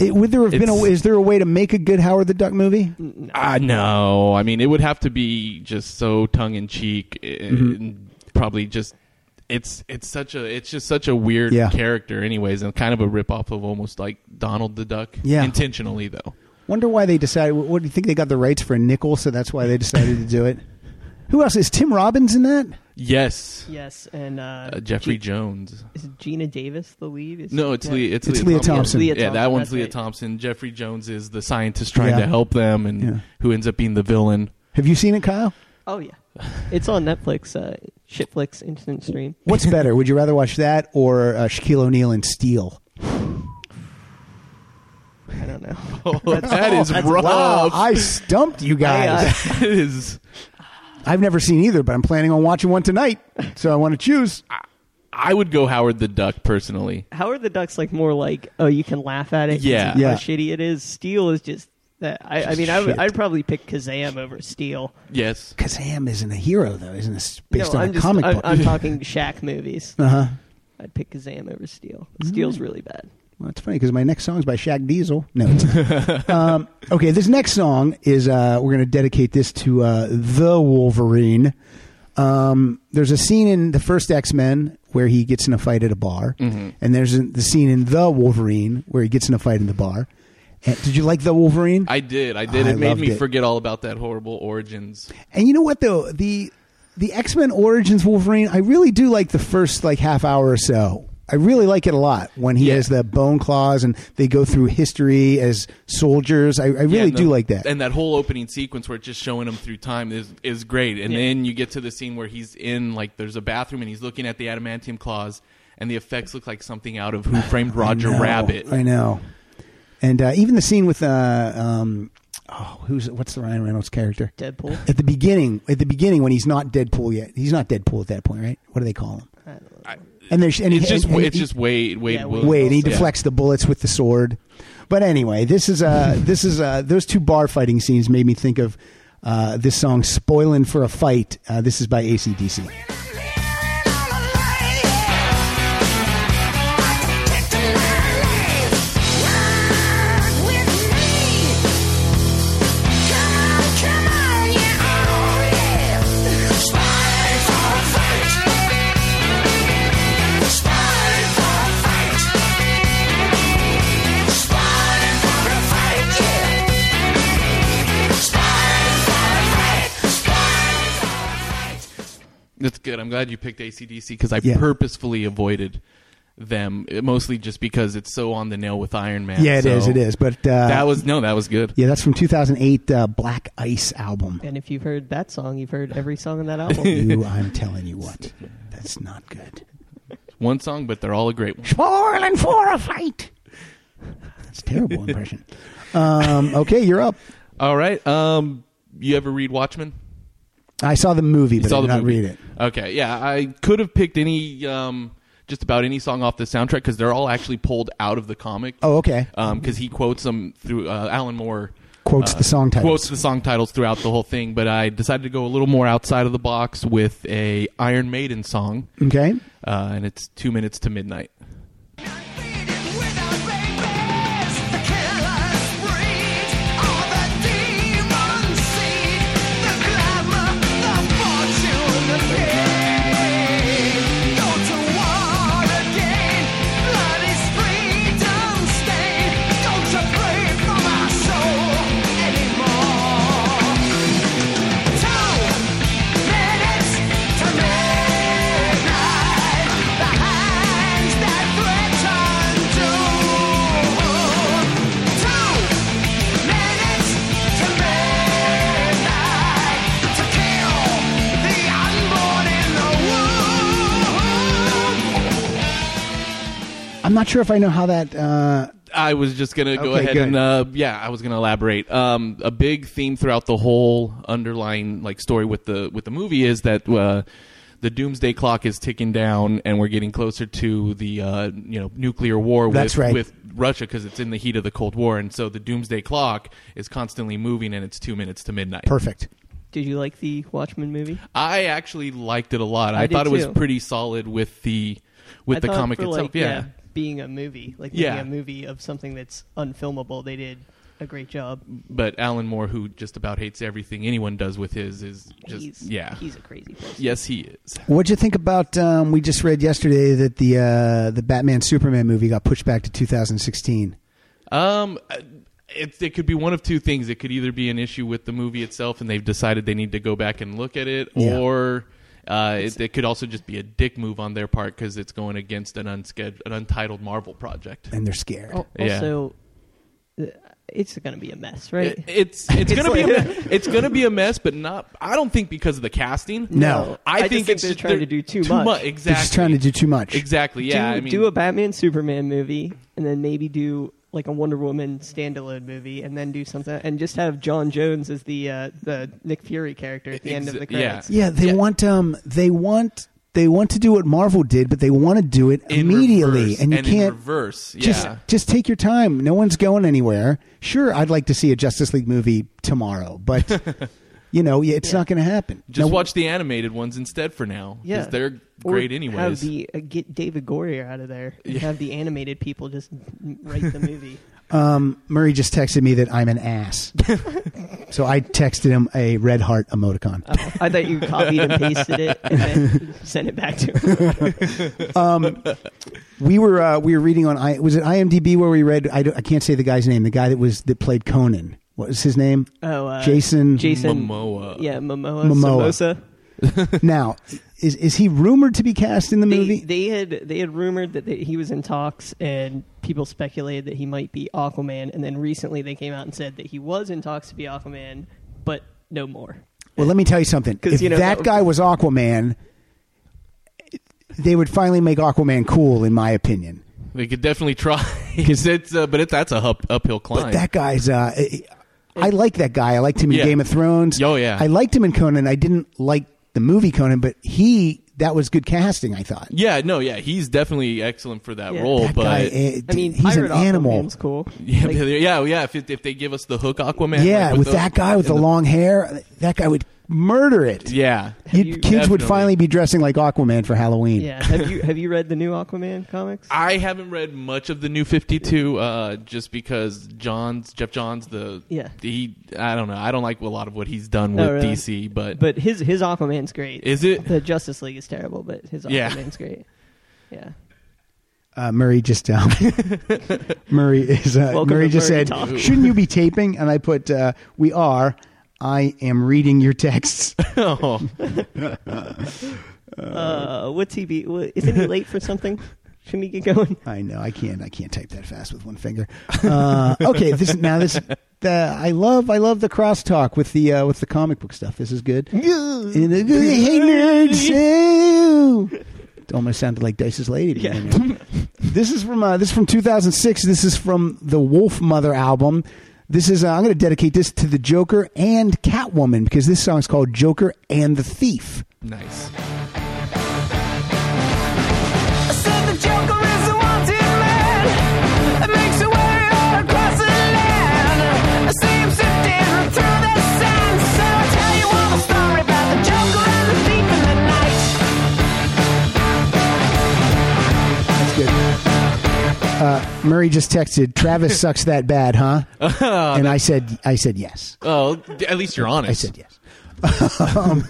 [SPEAKER 2] It, would there have been? A,
[SPEAKER 3] It's-
[SPEAKER 2] is there a way to make a good Howard the Duck movie?
[SPEAKER 3] Ah, no. I mean, it would have to be just so tongue in cheek, and probably just it's it's such a it's just such a weird
[SPEAKER 2] Yeah.
[SPEAKER 3] character, anyways, and kind of a rip off of almost like Donald the Duck,
[SPEAKER 2] Yeah.
[SPEAKER 3] intentionally though.
[SPEAKER 2] Wonder why they decided. What do you think they got the rights for a nickel? So that's why they decided to do it. Who else is Tim Robbins in that?
[SPEAKER 3] Yes,
[SPEAKER 4] Yes, and uh,
[SPEAKER 3] uh, Jeffrey
[SPEAKER 4] Ge-
[SPEAKER 3] Jones.
[SPEAKER 4] is Gina Davis the lead? Is
[SPEAKER 3] No, it's
[SPEAKER 4] yeah.
[SPEAKER 3] Leah. It's,
[SPEAKER 2] It's Leah Thompson.
[SPEAKER 4] Leah
[SPEAKER 3] Yeah, that
[SPEAKER 4] Thompson,
[SPEAKER 3] one's
[SPEAKER 4] that's
[SPEAKER 3] Leah
[SPEAKER 4] right.
[SPEAKER 3] Thompson. Jeffrey Jones is the scientist trying
[SPEAKER 2] Yeah.
[SPEAKER 3] to help them, and
[SPEAKER 2] Yeah.
[SPEAKER 3] who ends up being the villain.
[SPEAKER 2] Have you seen it, Kyle?
[SPEAKER 4] Oh yeah, it's on Netflix. Uh, Shitflix instant stream.
[SPEAKER 2] What's better? Would you rather watch that or uh, Shaquille O'Neal and Steel?
[SPEAKER 4] I don't know.
[SPEAKER 3] that is rough.
[SPEAKER 2] Wow, I stumped you guys.
[SPEAKER 3] That is.
[SPEAKER 2] I've never seen either, but I'm planning on watching one tonight, so I want to choose.
[SPEAKER 4] Ah.
[SPEAKER 3] I would go Howard the Duck personally.
[SPEAKER 4] How are the ducks like more like? Oh, you can laugh at it. 'cause
[SPEAKER 3] Yeah.
[SPEAKER 4] of
[SPEAKER 2] Yeah.
[SPEAKER 4] How shitty it is. Steel is just. That, I, I mean, I would,
[SPEAKER 2] Shit.
[SPEAKER 4] I'd probably pick Kazam over Steel.
[SPEAKER 3] Yes.
[SPEAKER 2] Kazam isn't a hero, though, isn't it? Based
[SPEAKER 4] no,
[SPEAKER 2] on
[SPEAKER 4] I'm
[SPEAKER 2] a
[SPEAKER 4] just,
[SPEAKER 2] comic
[SPEAKER 4] I'm,
[SPEAKER 2] book.
[SPEAKER 4] I'm talking Shaq movies.
[SPEAKER 2] uh huh.
[SPEAKER 4] I'd pick Kazam over Steel.
[SPEAKER 2] Mm.
[SPEAKER 4] Steel's really bad.
[SPEAKER 2] Well, that's funny because my next song is by Shaq Diesel. No. It's um, okay, this next song is uh, we're going to dedicate this to uh, the Wolverine. Um, there's a scene in the first X Men where he gets in a fight at a bar, and there's a, the scene in the Wolverine where he gets in a fight in the bar. And, did you like the Wolverine?
[SPEAKER 3] I did. I did.
[SPEAKER 2] I
[SPEAKER 3] it made
[SPEAKER 2] loved
[SPEAKER 3] me
[SPEAKER 2] it.
[SPEAKER 3] forget all about that horrible origins.
[SPEAKER 2] And you know what though the the X Men Origins Wolverine, I really do like the first like half hour or so. I really like it a lot when he
[SPEAKER 3] Yeah.
[SPEAKER 2] has the bone claws and they go through history as soldiers. I, I really
[SPEAKER 3] Yeah, and
[SPEAKER 2] do
[SPEAKER 3] the-
[SPEAKER 2] like that.
[SPEAKER 3] And that whole opening sequence where it's just showing him through time is is great. And
[SPEAKER 4] Yeah.
[SPEAKER 3] then you get to the scene where he's in like there's a bathroom and he's looking at the adamantium claws and the effects look like something out of Who Framed Roger
[SPEAKER 2] I know,
[SPEAKER 3] Rabbit.
[SPEAKER 2] I know. And uh, even the scene with uh, um, oh, who's what's the Ryan Reynolds character
[SPEAKER 4] Deadpool.
[SPEAKER 2] at the beginning? At the beginning when he's not Deadpool yet, he's not Deadpool at that point, right? What do they call him? And there's and
[SPEAKER 3] It's
[SPEAKER 2] he-
[SPEAKER 3] just
[SPEAKER 2] and- and
[SPEAKER 3] it's
[SPEAKER 2] he-
[SPEAKER 3] just Wade Wade
[SPEAKER 4] Yeah,
[SPEAKER 3] Wilson.
[SPEAKER 4] Wade
[SPEAKER 2] Wait, he
[SPEAKER 4] Yeah.
[SPEAKER 2] deflects the bullets with the sword. But anyway, this is uh this is uh those two bar fighting scenes made me think of uh, this song "Spoilin' for a Fight." Uh, this is by ACDC.
[SPEAKER 3] That's good. I'm glad you picked ACDC because I
[SPEAKER 2] Yeah.
[SPEAKER 3] purposefully avoided them uh, mostly just because it's so on the nail with Iron Man.
[SPEAKER 2] Yeah, it is,
[SPEAKER 3] So
[SPEAKER 2] it is. But uh,
[SPEAKER 3] that was no, that was good.
[SPEAKER 2] yeah, that's from 2008 uh, Black Ice album.
[SPEAKER 4] And if you've heard that song, you've heard every song on that album.
[SPEAKER 2] You, I'm telling you what, that's not good.
[SPEAKER 3] One song, but they're all a great one.
[SPEAKER 2] Spoilin' for a fight. That's a terrible impression. Um, okay, you're up.
[SPEAKER 3] All right. Um, you ever read Watchmen?
[SPEAKER 2] I saw the movie, but
[SPEAKER 3] saw
[SPEAKER 2] I did
[SPEAKER 3] the
[SPEAKER 2] not
[SPEAKER 3] movie.
[SPEAKER 2] read it.
[SPEAKER 3] Okay, yeah, I could have picked any um, just about any song off the soundtrack because they're all actually pulled out of the comic.
[SPEAKER 2] Oh, okay.
[SPEAKER 3] Because he quotes them through uh, Alan Moore.
[SPEAKER 2] Quotes
[SPEAKER 3] uh,
[SPEAKER 2] the song titles.
[SPEAKER 3] Quotes the song titles throughout the whole thing, but I decided to go a little more outside of the box with a Iron Maiden song,
[SPEAKER 2] Okay.
[SPEAKER 3] uh, and it's two minutes to midnight.
[SPEAKER 2] I'm not sure if I know how that. Uh,
[SPEAKER 3] I was just gonna go
[SPEAKER 2] Okay,
[SPEAKER 3] ahead
[SPEAKER 2] good.
[SPEAKER 3] and uh, yeah, I was gonna elaborate. Um, a big theme throughout the whole underlying like story with the with the movie is that uh, the doomsday clock is ticking down, and we're getting closer to the uh, you know nuclear war. With,
[SPEAKER 2] That's right.
[SPEAKER 3] with Russia because it's in the heat of the Cold War, and so the doomsday clock is constantly moving, and it's two minutes to midnight.
[SPEAKER 2] perfect.
[SPEAKER 4] Did you like the Watchmen movie?
[SPEAKER 3] I actually liked it a lot. I,
[SPEAKER 4] I did
[SPEAKER 3] thought it was
[SPEAKER 4] too.
[SPEAKER 3] pretty solid with the with
[SPEAKER 4] I
[SPEAKER 3] the
[SPEAKER 4] thought
[SPEAKER 3] comic
[SPEAKER 4] for,
[SPEAKER 3] itself.
[SPEAKER 4] like,
[SPEAKER 3] yeah.
[SPEAKER 4] being a movie, like
[SPEAKER 3] Yeah.
[SPEAKER 4] making a movie of something that's unfilmable, they did a great job.
[SPEAKER 3] but Alan Moore, who just about hates everything anyone does with his, is just
[SPEAKER 4] he's,
[SPEAKER 3] yeah.
[SPEAKER 4] he's a crazy person.
[SPEAKER 3] Yes, he is.
[SPEAKER 2] What'd you think about? Um, we just read yesterday that the uh, the Batman Superman movie got pushed back to 2016.
[SPEAKER 3] Um, it, it could be one of two things. It could either be an issue with the movie itself, and they've decided they need to go back and look at it,
[SPEAKER 2] Yeah.
[SPEAKER 3] or uh, it, it could also just be a dick move on their part because it's going against an unscheduled, an untitled Marvel project.
[SPEAKER 2] and they're scared.
[SPEAKER 4] Al-
[SPEAKER 3] Yeah. Uh,
[SPEAKER 4] Also, uh, it's going to be a mess, right?
[SPEAKER 3] It- it's it's gonna be a, me- it's gonna be a mess, but not. I don't think because of the casting.
[SPEAKER 2] No.
[SPEAKER 3] I,
[SPEAKER 4] I just
[SPEAKER 3] think
[SPEAKER 4] think
[SPEAKER 3] it's
[SPEAKER 4] they're trying to do too much.
[SPEAKER 3] much.
[SPEAKER 4] They're
[SPEAKER 3] Exactly,
[SPEAKER 2] They're just trying to do too much.
[SPEAKER 3] Exactly. Yeah.
[SPEAKER 4] do,
[SPEAKER 3] I mean,
[SPEAKER 4] do a Batman Superman movie, and then maybe do like a Wonder Woman standalone movie, and then do something, and just have John Jones as the uh, the Nick Fury character at the end of the
[SPEAKER 3] Ex- yeah.
[SPEAKER 4] credits.
[SPEAKER 2] Yeah, they
[SPEAKER 3] Yeah.
[SPEAKER 2] want um, they want they want to do what Marvel did, but they want to do it
[SPEAKER 3] in
[SPEAKER 2] immediately,
[SPEAKER 3] reverse,
[SPEAKER 2] and you
[SPEAKER 3] in
[SPEAKER 2] can't
[SPEAKER 3] reverse. Yeah.
[SPEAKER 2] just just take your time. No one's going anywhere. Sure, I'd like to see a Justice League movie tomorrow, but you know, yeah, it's not going to happen.
[SPEAKER 3] Just
[SPEAKER 2] No-
[SPEAKER 3] watch the animated ones instead for now. 'cause
[SPEAKER 4] Yeah,
[SPEAKER 3] they're
[SPEAKER 4] Or
[SPEAKER 3] great anyways.
[SPEAKER 4] Have the uh, get David Goyer out of there. and
[SPEAKER 3] Yeah.
[SPEAKER 4] Have the animated people just write the movie.
[SPEAKER 2] Murray just texted me that I'm an ass, so I texted him a red heart emoticon.
[SPEAKER 4] Oh, I thought you copied and pasted it and then sent it back to him.
[SPEAKER 2] We were uh, we were reading on I was it IMDb where we read I, don't- I can't say the guy's name the guy that was that played Conan what was his name
[SPEAKER 4] Oh, uh,
[SPEAKER 2] Jason
[SPEAKER 4] Jason
[SPEAKER 3] Momoa.
[SPEAKER 4] Yeah, Momoa.
[SPEAKER 2] Momoa.
[SPEAKER 4] Samosa.
[SPEAKER 2] now is is he rumored to be cast in the
[SPEAKER 4] They,
[SPEAKER 2] movie
[SPEAKER 4] they had they had rumored that they, he was in talks, and people speculated that he might be Aquaman. And then recently, they came out and said that he was in talks to be Aquaman, but no more.
[SPEAKER 2] well let me tell you something
[SPEAKER 4] 'Cause,
[SPEAKER 2] if
[SPEAKER 4] you know,
[SPEAKER 2] that,
[SPEAKER 4] that-
[SPEAKER 2] guy was Aquaman they would finally make Aquaman cool in my opinion
[SPEAKER 3] They could definitely try. 'Cause it's, uh, but it, that's a hup, uphill climb.
[SPEAKER 2] but that guy's uh, I- I like that guy I liked him in
[SPEAKER 3] Yeah.
[SPEAKER 2] Game of Thrones
[SPEAKER 3] Oh, yeah.
[SPEAKER 2] I liked him in Conan I didn't like the movie Conan but he that was good casting I thought
[SPEAKER 3] yeah, no, yeah, he's definitely excellent for that
[SPEAKER 4] Yeah.
[SPEAKER 3] role.
[SPEAKER 2] that
[SPEAKER 3] but
[SPEAKER 2] guy eh,
[SPEAKER 4] I mean,
[SPEAKER 2] he's
[SPEAKER 4] Pirate
[SPEAKER 2] an animal.
[SPEAKER 4] Aquaman's cool.
[SPEAKER 3] yeah,
[SPEAKER 4] Like,
[SPEAKER 3] yeah, yeah. If, it, if they give us the hook Aquaman,
[SPEAKER 2] Yeah,
[SPEAKER 3] like,
[SPEAKER 2] with,
[SPEAKER 3] the-
[SPEAKER 2] that guy with the,
[SPEAKER 3] and
[SPEAKER 2] long hair, that guy would murder it.
[SPEAKER 3] yeah,
[SPEAKER 2] You'd-
[SPEAKER 4] you-
[SPEAKER 2] kids would
[SPEAKER 3] Definitely.
[SPEAKER 2] finally be dressing like Aquaman for Halloween.
[SPEAKER 4] yeah. Have you have you read the new Aquaman comics?
[SPEAKER 3] I haven't read much of the new Fifty Two, uh, just because John's Jeff Johns the
[SPEAKER 4] Yeah.
[SPEAKER 3] he I don't know I don't like a lot of what he's done with
[SPEAKER 4] Oh, really?
[SPEAKER 3] DC, but
[SPEAKER 4] But his his Aquaman's great.
[SPEAKER 3] Is it?
[SPEAKER 4] the Justice League is terrible, but his
[SPEAKER 3] Yeah.
[SPEAKER 4] Aquaman's great. Yeah.
[SPEAKER 2] Uh, Murray just um, Murray is uh,
[SPEAKER 4] Welcome
[SPEAKER 2] Murray
[SPEAKER 4] to
[SPEAKER 2] just
[SPEAKER 4] Murray
[SPEAKER 2] said,
[SPEAKER 4] Talk.
[SPEAKER 2] "Shouldn't you be taping?" And I put, uh, "We are." I am reading your texts.
[SPEAKER 3] oh,
[SPEAKER 4] Uh, what's he be? What, isn't he late for something? Shouldn't he get going?
[SPEAKER 2] I know I can't. I can't type that fast with one finger. Uh, okay, this now this. The, I love I love the crosstalk with the uh, with the comic book stuff. This is good. In the- hey nerds, hey. It almost sounded like Dice's Lady. but
[SPEAKER 4] Yeah.
[SPEAKER 2] anyway. this is from uh, this is from 2006. This is from the Wolf Mother album. This is uh, I'm going to dedicate this to the Joker and Catwoman because this song is called Joker and the Thief.
[SPEAKER 3] nice.
[SPEAKER 6] Said
[SPEAKER 2] Uh, Murray just texted, "Travis sucks that bad, huh?" and I said, "I said yes."
[SPEAKER 3] Oh, d- at least you're honest.
[SPEAKER 2] I said yes. um,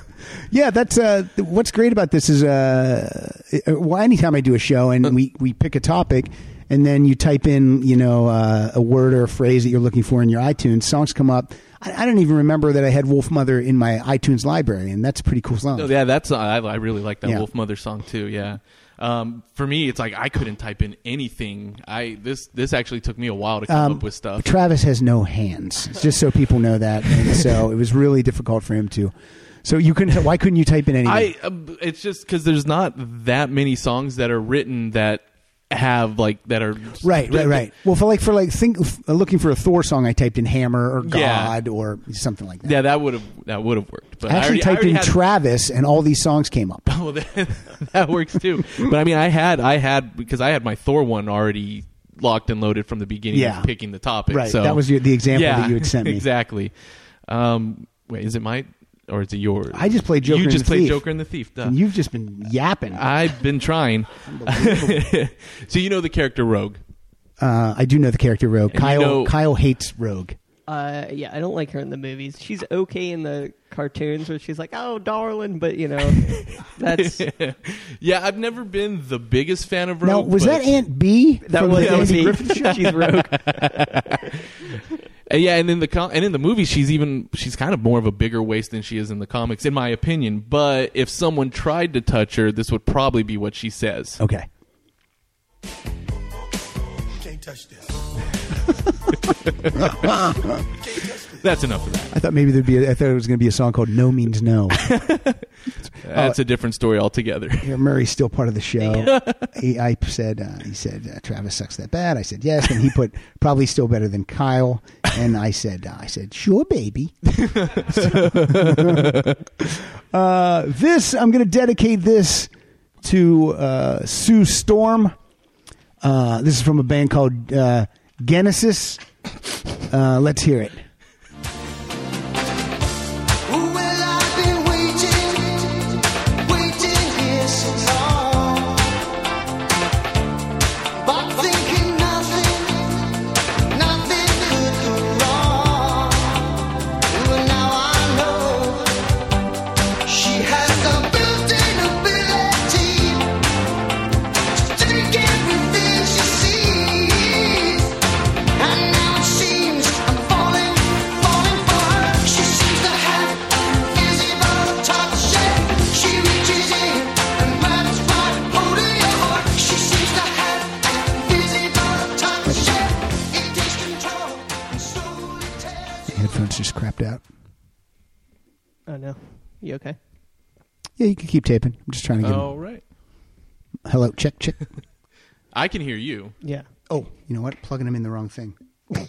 [SPEAKER 2] yeah, that's uh, th- what's great about this is uh, it- uh, well, anytime I do a show and we we pick a topic. And then you type in, you know, uh, a word or a phrase that you're looking for in your iTunes. Songs come up. I, I don't even remember that I had Wolf Mother in my iTunes library, and that's a pretty cool song.
[SPEAKER 3] Oh, yeah, that's I, I really like that
[SPEAKER 2] Yeah.
[SPEAKER 3] Wolf Mother song too. Yeah, um, for me, it's like I couldn't type in anything. I this this actually took me a while to come
[SPEAKER 2] Um,
[SPEAKER 3] up with stuff.
[SPEAKER 2] Travis has no hands, just so people know that. And so it was really difficult for him to. So you couldn't. Why couldn't you type in anything?
[SPEAKER 3] I um, it's just because there's not that many songs that are written that have like that are
[SPEAKER 2] right, right, right. Well, for like for like think uh, looking for a Thor song, I typed in Hammer or
[SPEAKER 3] Yeah.
[SPEAKER 2] God or something like that.
[SPEAKER 3] Yeah, that would have that would have worked. But
[SPEAKER 2] I actually
[SPEAKER 3] I already, I
[SPEAKER 2] typed
[SPEAKER 3] already
[SPEAKER 2] in
[SPEAKER 3] had,
[SPEAKER 2] Travis, and all these songs came up.
[SPEAKER 3] Well, that, that works too. But I mean, I had I had because I had my Thor one already locked and loaded from the beginning
[SPEAKER 2] Yeah.
[SPEAKER 3] of picking the topic.
[SPEAKER 2] Right,
[SPEAKER 3] So
[SPEAKER 2] that was your- the example
[SPEAKER 3] yeah,
[SPEAKER 2] that you had sent me.
[SPEAKER 3] exactly. Um, wait, is it my or is it yours?
[SPEAKER 2] I just played Joker
[SPEAKER 3] You
[SPEAKER 2] and
[SPEAKER 3] just
[SPEAKER 2] the
[SPEAKER 3] played
[SPEAKER 2] Thief.
[SPEAKER 3] Joker and the Thief. Duh.
[SPEAKER 2] And you've just been yapping. Uh,
[SPEAKER 3] I've been trying. so you know the character Rogue.
[SPEAKER 2] Uh, I do know the character Rogue.
[SPEAKER 3] And you
[SPEAKER 2] Kyle
[SPEAKER 3] know-
[SPEAKER 2] Kyle hates Rogue.
[SPEAKER 4] Uh, yeah, I don't like her in the movies. She's okay in the cartoons where she's like, "Oh, darling," but you know, that's
[SPEAKER 3] Yeah, I've never been the biggest fan of Rogue.
[SPEAKER 2] Now, was
[SPEAKER 3] but-
[SPEAKER 2] that Aunt B?
[SPEAKER 4] that
[SPEAKER 2] from
[SPEAKER 4] was
[SPEAKER 2] the
[SPEAKER 4] that was
[SPEAKER 2] Andy
[SPEAKER 4] me.
[SPEAKER 2] Griffith show?
[SPEAKER 4] She's rogue.
[SPEAKER 3] Uh, yeah, and in the com- and in the movie, she's even she's kind of more of a bigger waist than she is in the comics, in my opinion. But if someone tried to touch her, this would probably be what she says.
[SPEAKER 2] Okay.
[SPEAKER 8] Can't touch this.
[SPEAKER 3] That's enough of that.
[SPEAKER 2] I thought maybe there'd be. A, I thought it was going to be a song called "No Means No."
[SPEAKER 3] That's a different story altogether.
[SPEAKER 2] Here, Murray's still part of the show. he, I said, uh, he said, uh, Travis sucks that bad. I said yes, and he put probably still better than Kyle. And I said, uh, I said, sure, baby. uh, this I'm going to dedicate this to uh, Sue Storm. Uh, this is from a band called uh, Genesis. Uh, let's hear it.
[SPEAKER 8] Well, I've been waiting, waiting here so long. But thinking nothing, nothing could go wrong. Well, now I know she has the built-in ability to take everything she sees. And now it seems I'm falling, falling for her. She seems to have invisible touch. She reaches in and grabs my holding your heart. She seems to have invisible touch. It takes control and slowly tears.
[SPEAKER 2] Headphones just crapped out.
[SPEAKER 4] oh no, you okay?
[SPEAKER 2] Yeah, you can keep taping. I'm just trying to get.
[SPEAKER 3] All right,
[SPEAKER 2] Hello, check, check.
[SPEAKER 3] I can hear you.
[SPEAKER 4] Yeah.
[SPEAKER 2] Oh, you know what? Plugging them in the wrong thing.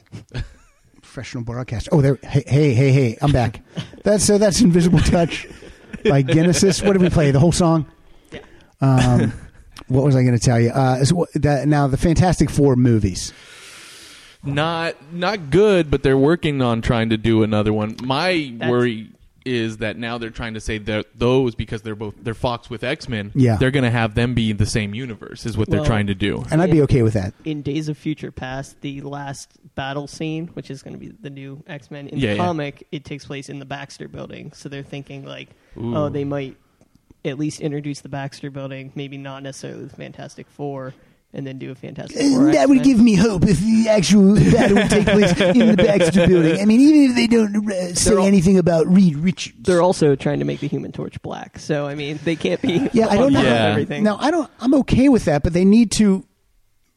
[SPEAKER 2] Professional broadcaster. Oh, there. Hey, hey, hey, hey! I'm back. That's so. That's "Invisible Touch" by Genesis. What did we play? The whole song. Um, what was I going to tell you? Uh, so what- that, now the Fantastic Four movies.
[SPEAKER 3] Not not good, but they're working on trying to do another one. My
[SPEAKER 4] That's-
[SPEAKER 3] worry is that now they're trying to say that those because they're both they're Fox with X Men.
[SPEAKER 2] Yeah.
[SPEAKER 3] they're going to have them be in the same universe is what they're
[SPEAKER 4] Well-
[SPEAKER 3] trying to do.
[SPEAKER 2] And I'd be okay with that.
[SPEAKER 4] in Days of Future Past, the last battle scene, which is going to be the new X Men in
[SPEAKER 3] Yeah,
[SPEAKER 4] the
[SPEAKER 3] yeah.
[SPEAKER 4] comic, it takes place in the Baxter Building. So they're thinking like, oh, they might at least introduce the Baxter Building, maybe not necessarily the Fantastic Four, and then do a Fantastic Four.
[SPEAKER 2] that would
[SPEAKER 4] X-Men.
[SPEAKER 2] give me hope if the actual battle would take place in the Baxter Building. I mean, even if they don't uh, say
[SPEAKER 4] They're all-
[SPEAKER 2] anything about Reed Richards,
[SPEAKER 4] They're also trying to make the Human Torch black. So I mean, they can't be.
[SPEAKER 2] Yeah, I don't know.
[SPEAKER 4] on
[SPEAKER 3] Yeah.
[SPEAKER 4] everything.
[SPEAKER 2] Now I don't. I'm okay with that, but they need to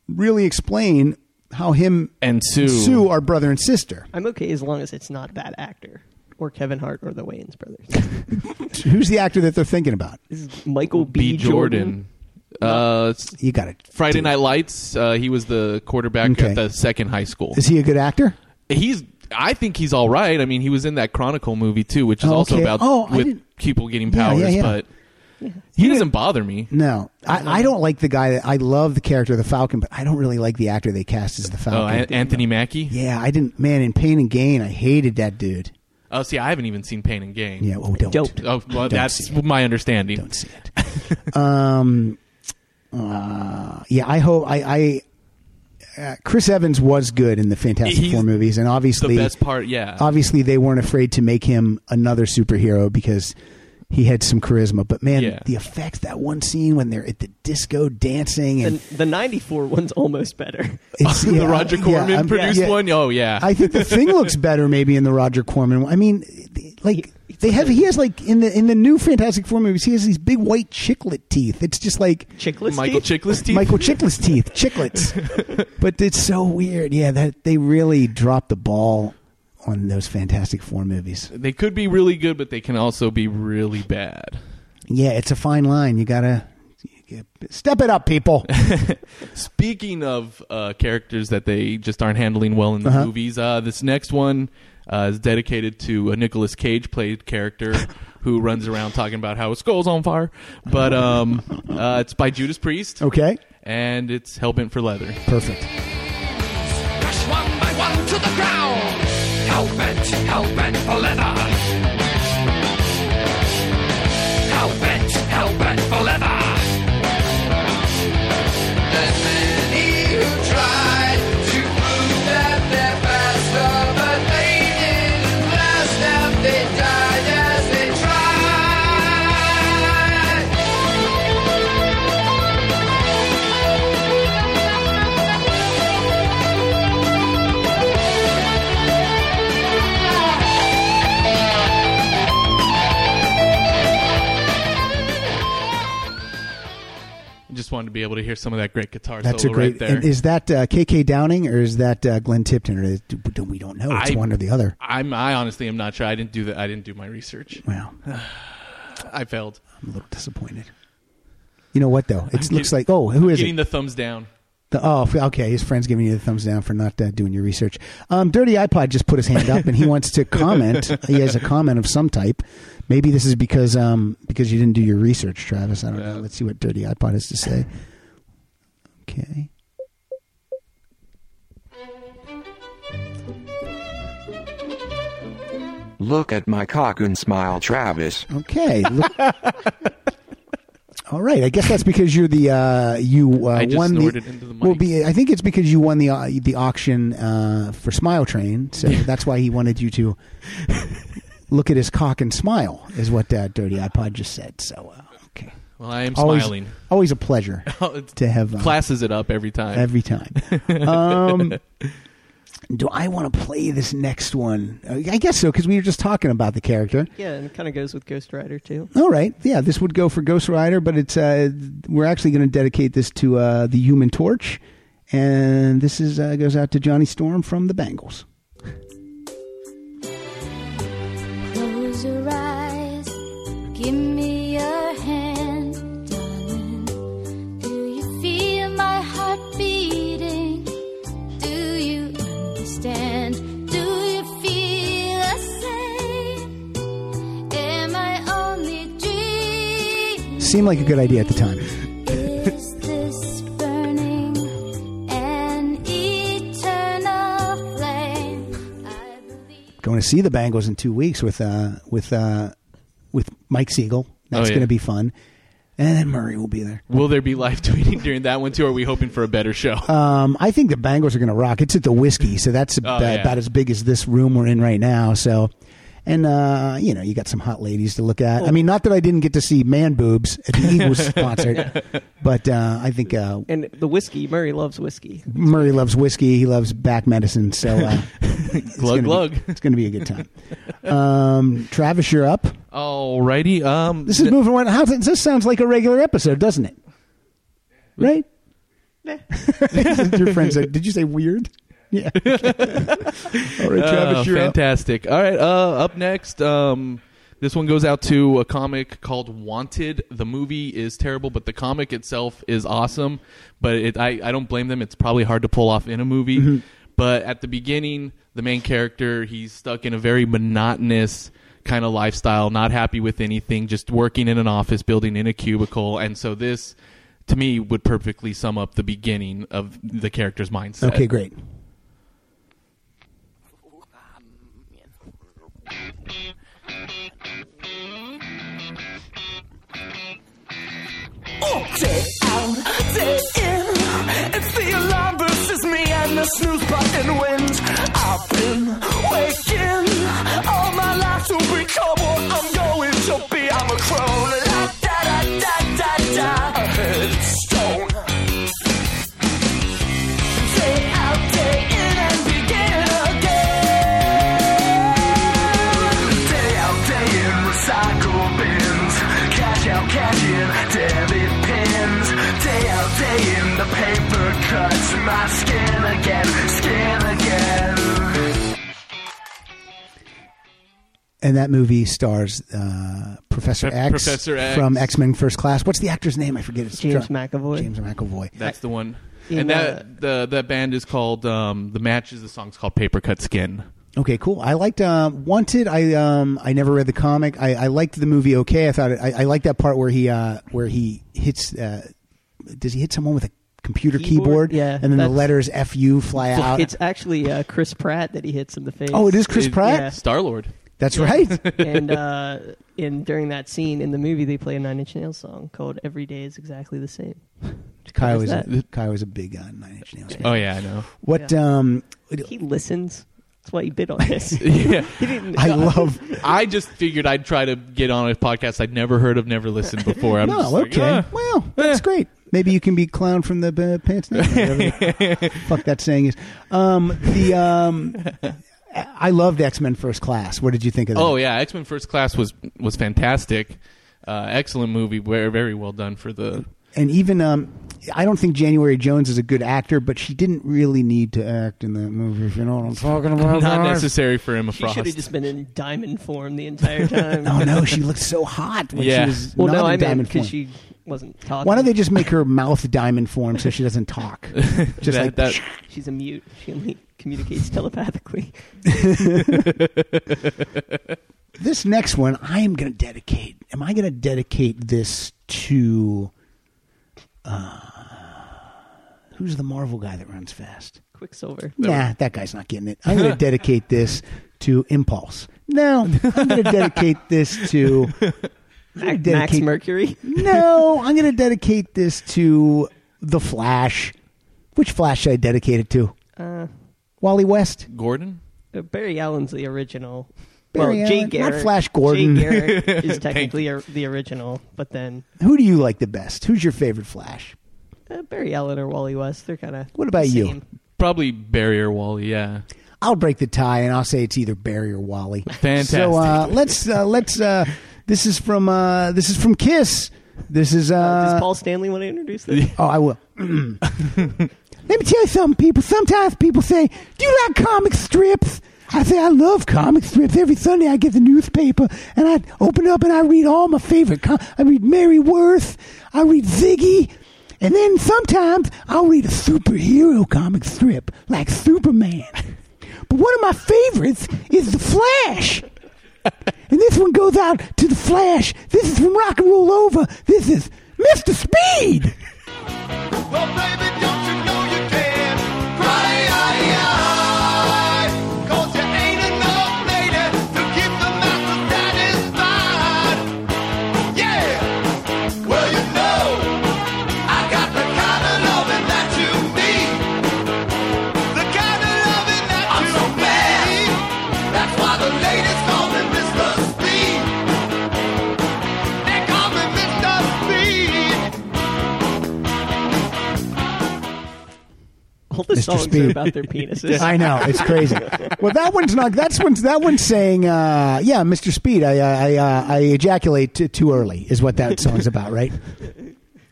[SPEAKER 2] really explain how him
[SPEAKER 3] And Sue,
[SPEAKER 2] Sue are brother and sister.
[SPEAKER 4] I'm okay as long as it's not a bad actor or Kevin Hart or the Wayans brothers.
[SPEAKER 2] Who's the actor that they're thinking about?
[SPEAKER 4] This is Michael B.
[SPEAKER 3] B Jordan. Uh, s-
[SPEAKER 2] You got it.
[SPEAKER 3] Friday Night Lights. Uh, he was the quarterback
[SPEAKER 2] Okay.
[SPEAKER 3] at the second high school.
[SPEAKER 2] Is he a good actor?
[SPEAKER 3] he's. I think he's all right. I mean, he was in that Chronicle movie too, which is
[SPEAKER 2] Oh,
[SPEAKER 3] also
[SPEAKER 2] okay.
[SPEAKER 3] about
[SPEAKER 2] Oh, I
[SPEAKER 3] with
[SPEAKER 2] didn't-
[SPEAKER 3] people getting
[SPEAKER 2] Yeah,
[SPEAKER 3] powers.
[SPEAKER 2] yeah, yeah.
[SPEAKER 3] But he doesn't bother me.
[SPEAKER 2] No, I, I don't like the guy. That, I love the character of the Falcon, but I don't really like the actor they cast as the Falcon.
[SPEAKER 3] Oh, An- Anthony Mackie.
[SPEAKER 2] yeah, I didn't. Man, in Pain and Gain, I hated that dude.
[SPEAKER 3] Oh, see, I haven't even seen Pain and Gain.
[SPEAKER 2] Yeah, oh, don't,
[SPEAKER 4] Don't.
[SPEAKER 3] Oh, well,
[SPEAKER 2] Don't
[SPEAKER 3] that's
[SPEAKER 2] see it.
[SPEAKER 3] my understanding.
[SPEAKER 2] don't see it. um, uh, yeah, I hope I. I uh, Chris Evans was good in the Fantastic
[SPEAKER 3] He's
[SPEAKER 2] Four movies, and
[SPEAKER 3] The
[SPEAKER 2] obviously,
[SPEAKER 3] best part, yeah.
[SPEAKER 2] obviously they weren't afraid to make him another superhero because he had some charisma. But man,
[SPEAKER 3] Yeah.
[SPEAKER 2] the effects that one scene when they're at the disco dancing and
[SPEAKER 4] The, the 94 one's almost better.
[SPEAKER 2] it's,
[SPEAKER 3] the
[SPEAKER 2] yeah,
[SPEAKER 3] Roger
[SPEAKER 2] yeah,
[SPEAKER 3] Corman
[SPEAKER 2] I'm-
[SPEAKER 3] produced
[SPEAKER 2] yeah.
[SPEAKER 3] one. Oh yeah,
[SPEAKER 2] I think the thing looks better maybe in the Roger Corman. one. I mean, th- like
[SPEAKER 4] He-
[SPEAKER 2] they have he has like in the in the new Fantastic Four movies he has these big white chiclet teeth. It's just like
[SPEAKER 4] Chickless
[SPEAKER 3] Michael
[SPEAKER 4] Steve?
[SPEAKER 3] Chiklis teeth.
[SPEAKER 2] Michael Chicklets teeth, chiclets. but it's so weird. Yeah, that they really dropped the ball on those Fantastic Four movies.
[SPEAKER 3] They could be really good, but they can also be really bad.
[SPEAKER 2] Yeah, it's a fine line. You gotta you gotta- step it up, people.
[SPEAKER 3] Speaking of uh, characters that they just aren't handling well in the
[SPEAKER 2] Uh-huh.
[SPEAKER 3] movies, uh, this next one uh, is dedicated to a Nicolas Cage played character who runs around talking about how his skull's on fire. But um, uh, it's by Judas Priest,
[SPEAKER 2] Okay,
[SPEAKER 3] and it's Hellbent for Leather.
[SPEAKER 2] perfect.
[SPEAKER 7] Crash one by one to the ground. Hellbent, hellbent for leather. Hellbent, hellbent for leather. There's many who tried to prove that they're faster, but they didn't last out. They died as they tried.
[SPEAKER 3] Just wanted to be able to hear some of that great guitar
[SPEAKER 2] That's a
[SPEAKER 3] solo
[SPEAKER 2] great.
[SPEAKER 3] right there.
[SPEAKER 2] And is that uh, KK Downing or is that uh, Glenn Tipton? Or is, we don't know. It's
[SPEAKER 3] I-
[SPEAKER 2] one or the other.
[SPEAKER 3] I'm I honestly am not sure. I didn't do that. I didn't do my research.
[SPEAKER 2] Wow, I'm
[SPEAKER 3] I failed.
[SPEAKER 2] a little disappointed. You know what though? It looks
[SPEAKER 3] getting-
[SPEAKER 2] like oh, who is it?
[SPEAKER 3] Getting the thumbs down.
[SPEAKER 2] The- oh, f- okay. His friend's giving you the thumbs down for not uh, doing your research. Um, Dirty iPod just put his hand up and he wants to comment. he has a comment of some type. Maybe this is because um, because you didn't do your research, Travis. I don't know.
[SPEAKER 3] Yeah.
[SPEAKER 2] Let's see what Dirty iPod has to say. Okay.
[SPEAKER 5] Look at my cock and smile, Travis.
[SPEAKER 2] Okay. Look- All right. I guess that's because you're the uh, you uh,
[SPEAKER 3] I just
[SPEAKER 2] won the.
[SPEAKER 3] snorted into the mic.
[SPEAKER 2] Well, be I think it's because you won the uh, the auction uh, for Smile Train, so that's why he wanted you to look at his cock and smile, is what uh, Dirty iPod just said. So uh, okay,
[SPEAKER 3] Well, I am
[SPEAKER 2] always
[SPEAKER 3] smiling.
[SPEAKER 2] always a pleasure to have uh,
[SPEAKER 3] Classes it up every time.
[SPEAKER 2] every time. Um, do I want to play this next one? Uh, I guess so because we were just talking about the character.
[SPEAKER 4] Yeah, and it kind of goes with Ghost Rider, too.
[SPEAKER 2] All right, yeah, this would go for Ghost Rider, but it's uh, we're actually going to dedicate this to uh, the Human Torch, and this is uh, goes out to Johnny Storm from the Bengals.
[SPEAKER 6] Close your eyes, give me your hand, darling. Do you feel my heart beating? Do you understand? Do you feel the same? Am I only dreaming?
[SPEAKER 2] Seemed like a good idea at the time.
[SPEAKER 6] Is this burning an eternal flame? I believe.
[SPEAKER 2] Going to see the Bengals in two weeks with uh, with uh, with Mike Siegel. That's
[SPEAKER 3] Oh, yeah.
[SPEAKER 2] going to be fun, and then Murray will be there.
[SPEAKER 3] Will there be live tweeting during that one too? Or are we hoping for a better show?
[SPEAKER 2] Um, I think the Bengals are going to rock. It's at the whiskey, so that's about,
[SPEAKER 3] Oh, yeah.
[SPEAKER 2] about as big as this room we're in right now. So, and uh, you know, you got some hot ladies to look at. I mean, not that I didn't get to see man boobs at the Eagles concert, but uh, I think uh,
[SPEAKER 4] And the whiskey, Murray loves whiskey.
[SPEAKER 2] Murray loves whiskey. He loves back medicine. So, uh, it's gonna
[SPEAKER 3] Glug,
[SPEAKER 2] be-
[SPEAKER 3] glug.
[SPEAKER 2] It's going to be a good time. Um, Travis, you're up.
[SPEAKER 3] Alrighty. Um,
[SPEAKER 2] This is moving on. How, this sounds like a regular episode, doesn't it? Right? Your friend said, "Did you say weird?" Yeah. All right,
[SPEAKER 3] uh,
[SPEAKER 2] Travis, you're up.
[SPEAKER 3] fantastic. All right. Uh, up next, um, this one goes out to a comic called Wanted. The movie is terrible, but the comic itself is awesome. But it, I, I don't blame them. It's probably hard to pull off in a movie.
[SPEAKER 2] Mm-hmm.
[SPEAKER 3] But at the beginning, the main character he's stuck in a very monotonous kind of lifestyle, not happy with anything, just working in an office building in a cubicle. And so this, to me, would perfectly sum up the beginning of the character's mindset.
[SPEAKER 2] Okay, great.
[SPEAKER 7] Day out, day in, it's the alarm versus me.
[SPEAKER 8] snooze button wins. I've been waking all my life to become what I'm going to be. I'm a crone. La da da da da da. A headstone. Day out, day in, and begin again. Day out, day in, recycle bins. Cash out, cash in, debit pins. Day out, day in, the paper cuts my skin again, skin again.
[SPEAKER 2] And that movie stars uh, Professor
[SPEAKER 3] Pe-
[SPEAKER 2] X,
[SPEAKER 3] Professor X.
[SPEAKER 2] from X Men First Class. What's the actor's name? I forget. It's Dr-
[SPEAKER 4] James McAvoy.
[SPEAKER 2] James McAvoy.
[SPEAKER 3] That's the one.
[SPEAKER 4] You
[SPEAKER 3] and
[SPEAKER 4] know
[SPEAKER 3] that the that band is called um, the matches. The song's called Paper Cut Skin.
[SPEAKER 2] Okay, cool. I liked um, Wanted. I um, I never read the comic. I, I liked the movie. Okay, I thought it, I, I liked that part where he uh, where he hits. Uh, does he hit someone with a computer keyboard?
[SPEAKER 4] Keyboard? Yeah,
[SPEAKER 2] and then the
[SPEAKER 4] that's-
[SPEAKER 2] letters "fu" fly out.
[SPEAKER 4] It's actually uh, Chris Pratt that he hits in the face.
[SPEAKER 2] oh, it is Chris
[SPEAKER 3] It-
[SPEAKER 2] Pratt.
[SPEAKER 4] yeah.
[SPEAKER 3] Star Lord.
[SPEAKER 2] That's right.
[SPEAKER 4] and uh, in during that scene in the movie, they play a Nine Inch Nails song called "Every Day Is Exactly the Same."
[SPEAKER 2] Kai
[SPEAKER 4] Who's
[SPEAKER 2] was a,
[SPEAKER 4] that?
[SPEAKER 2] Kai was a big uh, Nine Inch Nails. fan.
[SPEAKER 3] Oh yeah, I know.
[SPEAKER 2] What? Um,
[SPEAKER 4] He listens. That's why he bid on this.
[SPEAKER 3] yeah,
[SPEAKER 4] He didn't-
[SPEAKER 2] I love.
[SPEAKER 3] I just figured I'd try to get on a podcast I'd never heard of, never listened before. I'm just
[SPEAKER 2] No,
[SPEAKER 3] like,
[SPEAKER 2] okay.
[SPEAKER 3] "Ah."
[SPEAKER 2] Well, that's great. Maybe you can be clown from the uh, pants. Now, whatever the fuck that saying is. Um, the um, I loved X Men First Class. What did you think of that?
[SPEAKER 3] Oh yeah, X Men First Class was was fantastic. Uh, excellent movie, very very well done for the.
[SPEAKER 2] and even um, I don't think January Jones is a good actor, but she didn't really need to act in that movie. If you know what I'm talking about?
[SPEAKER 3] Not
[SPEAKER 2] guys.
[SPEAKER 3] necessary for Emma
[SPEAKER 4] She
[SPEAKER 3] Frost.
[SPEAKER 4] should have just been in diamond form the entire time.
[SPEAKER 2] Oh no, she looked so hot when
[SPEAKER 3] Yeah.
[SPEAKER 2] she was
[SPEAKER 4] well,
[SPEAKER 2] not
[SPEAKER 4] no,
[SPEAKER 2] in
[SPEAKER 4] I mean
[SPEAKER 2] diamond
[SPEAKER 4] because
[SPEAKER 2] form.
[SPEAKER 4] she wasn't talking.
[SPEAKER 2] Why don't they just make her mouth diamond form so she doesn't talk? Just
[SPEAKER 3] That-
[SPEAKER 2] like
[SPEAKER 3] that-
[SPEAKER 4] She's a mute. She only communicates telepathically.
[SPEAKER 2] this next one I am going to dedicate. Am I going to dedicate this to uh, who's the Marvel guy that runs fast?
[SPEAKER 4] Quicksilver.
[SPEAKER 2] Nah, that guy's not getting it. I'm going to dedicate this to Impulse. No, I'm going to dedicate this to I'm gonna
[SPEAKER 4] Max
[SPEAKER 2] dedicate-
[SPEAKER 4] Mercury.
[SPEAKER 2] No, I'm going to dedicate this to the Flash. Which Flash should I dedicate it to?
[SPEAKER 4] Uh,
[SPEAKER 2] Wally West.
[SPEAKER 3] Gordon.
[SPEAKER 4] Uh, Barry Allen's the original.
[SPEAKER 2] Barry
[SPEAKER 4] well, Jay
[SPEAKER 2] Allen, not
[SPEAKER 4] Garrick.
[SPEAKER 2] Flash Gordon.
[SPEAKER 4] Jay Garrick is technically a, the original, but then
[SPEAKER 2] Who do you like the best? Who's your favorite Flash?
[SPEAKER 4] uh, Barry Allen or Wally West, they're kind of.
[SPEAKER 2] What about you?
[SPEAKER 3] Probably Barrier Wally. Yeah.
[SPEAKER 2] I'll break the tie and I'll say it's either Barry or Wally.
[SPEAKER 3] Fantastic.
[SPEAKER 2] So uh, let's uh, let's. Uh, this is from uh, this is from Kiss. This is. Uh,
[SPEAKER 4] Does Paul Stanley want to introduce this?
[SPEAKER 2] oh, I will. Let me tell you something, people. Sometimes people say, "Do you like comic strips?" I say, "I love comic strips." Every Sunday, I get the newspaper and I open it up and I read all my favorite. Com- I read Mary Worth. I read Ziggy. And then sometimes I'll read a superhero comic strip like Superman. But one of my favorites is The Flash. And this one goes out to The Flash. This is from Rock and Roll Over. This is Mr. Speed.
[SPEAKER 7] Well, baby, don't you know you can cry, aye, aye, Cause you ain't enough lady to keep the master satisfied. Yeah, well, you know, I got the kind of loving that you need. The kind of loving that I'm you so mad. need. That's why the ladies call me Mr. Speed. They call me Mr. Speed.
[SPEAKER 4] All the
[SPEAKER 2] Mr.
[SPEAKER 4] songs
[SPEAKER 2] Speed.
[SPEAKER 4] are about their penises.
[SPEAKER 2] I know it's crazy. Well, that one's not. That's one's that one's saying, uh, "Yeah, Mr. Speed, I I I, uh, I ejaculate t- too early," is what that song's about, right?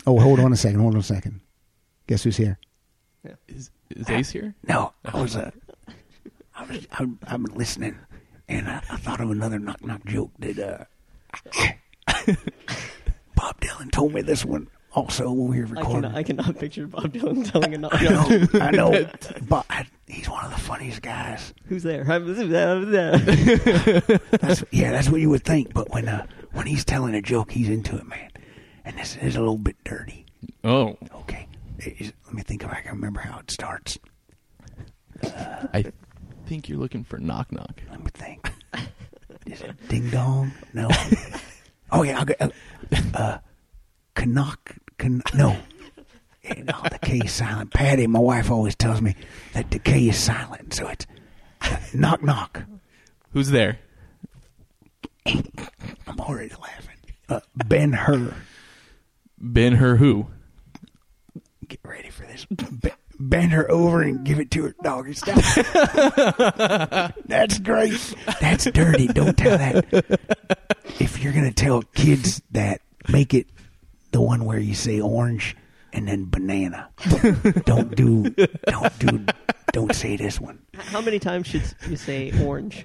[SPEAKER 2] Oh, hold on a second. Hold on a second. Guess who's here?
[SPEAKER 3] Is, is Ace here?
[SPEAKER 2] No, I was uh, I was I'm, I'm listening, and I, I thought of another knock knock joke that uh, Bob Dylan told me this one also when we were
[SPEAKER 4] I,
[SPEAKER 2] recording.
[SPEAKER 4] cannot, I cannot picture Bob Dylan telling another.
[SPEAKER 2] I know, I know, but I, he's one of the funniest guys.
[SPEAKER 4] Who's there? I
[SPEAKER 2] That's, yeah, that's what you would think. But when uh, when he's telling a joke, he's into it, man. And this is a little bit dirty.
[SPEAKER 3] Oh,
[SPEAKER 2] Okay, It is- let me think if I can remember how it starts.
[SPEAKER 3] I think you're looking for Knock Knock.
[SPEAKER 2] Let me think. Is it ding dong? No. Oh yeah. I'll go, uh, uh, Canuck. Can, no. And no, the key is silent. Patty, my wife always tells me that the key is silent, so it's uh, knock knock.
[SPEAKER 3] Who's there?
[SPEAKER 2] I'm already laughing. Uh, ben Hur,
[SPEAKER 3] Ben Hur who?
[SPEAKER 2] get ready for this. Be- bend her over and give it to her doggy style. That's great. That's dirty. Don't tell that. If you're gonna tell kids that, make it the one where you say orange and then banana. Don't do. Don't do. Don't say this one.
[SPEAKER 4] How many times should you say orange?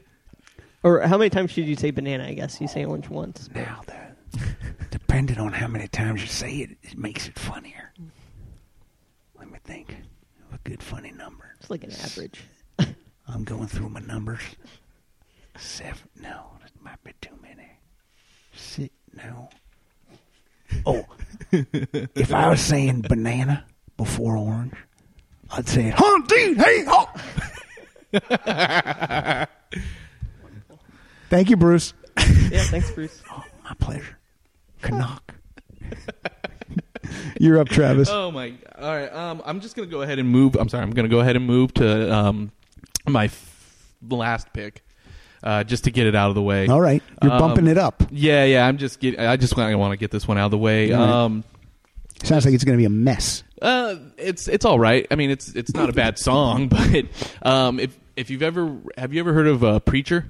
[SPEAKER 4] Or how many times should you say banana? I guess you say orange once.
[SPEAKER 2] Now, the, depending on how many times you say it, it makes it funnier. Let me think of a good funny number.
[SPEAKER 4] It's like an average.
[SPEAKER 2] I'm going through my numbers. Seven. No, that might be too many. Six. No. Oh, if I was saying banana before orange, I'd say, huh, dude, hey, oh. Thank you, Bruce.
[SPEAKER 4] Yeah, thanks, Bruce.
[SPEAKER 3] Oh,
[SPEAKER 2] My pleasure. Canuck. You're up, Travis.
[SPEAKER 3] Oh my! All right. Um, I'm just gonna go ahead and move. I'm sorry. I'm gonna go ahead and move to um, my f- last pick, uh, just to get it out of the way.
[SPEAKER 2] All right. You're
[SPEAKER 3] Um,
[SPEAKER 2] bumping it up.
[SPEAKER 3] Yeah, yeah. I'm just get. I just want. I want to get this one out of the way.
[SPEAKER 2] All right.
[SPEAKER 3] Um,
[SPEAKER 2] Sounds like it's going to be a mess.
[SPEAKER 3] uh, it's it's all right. I mean, it's it's not a bad song, but um, if if you've ever have you ever heard of uh, Preacher?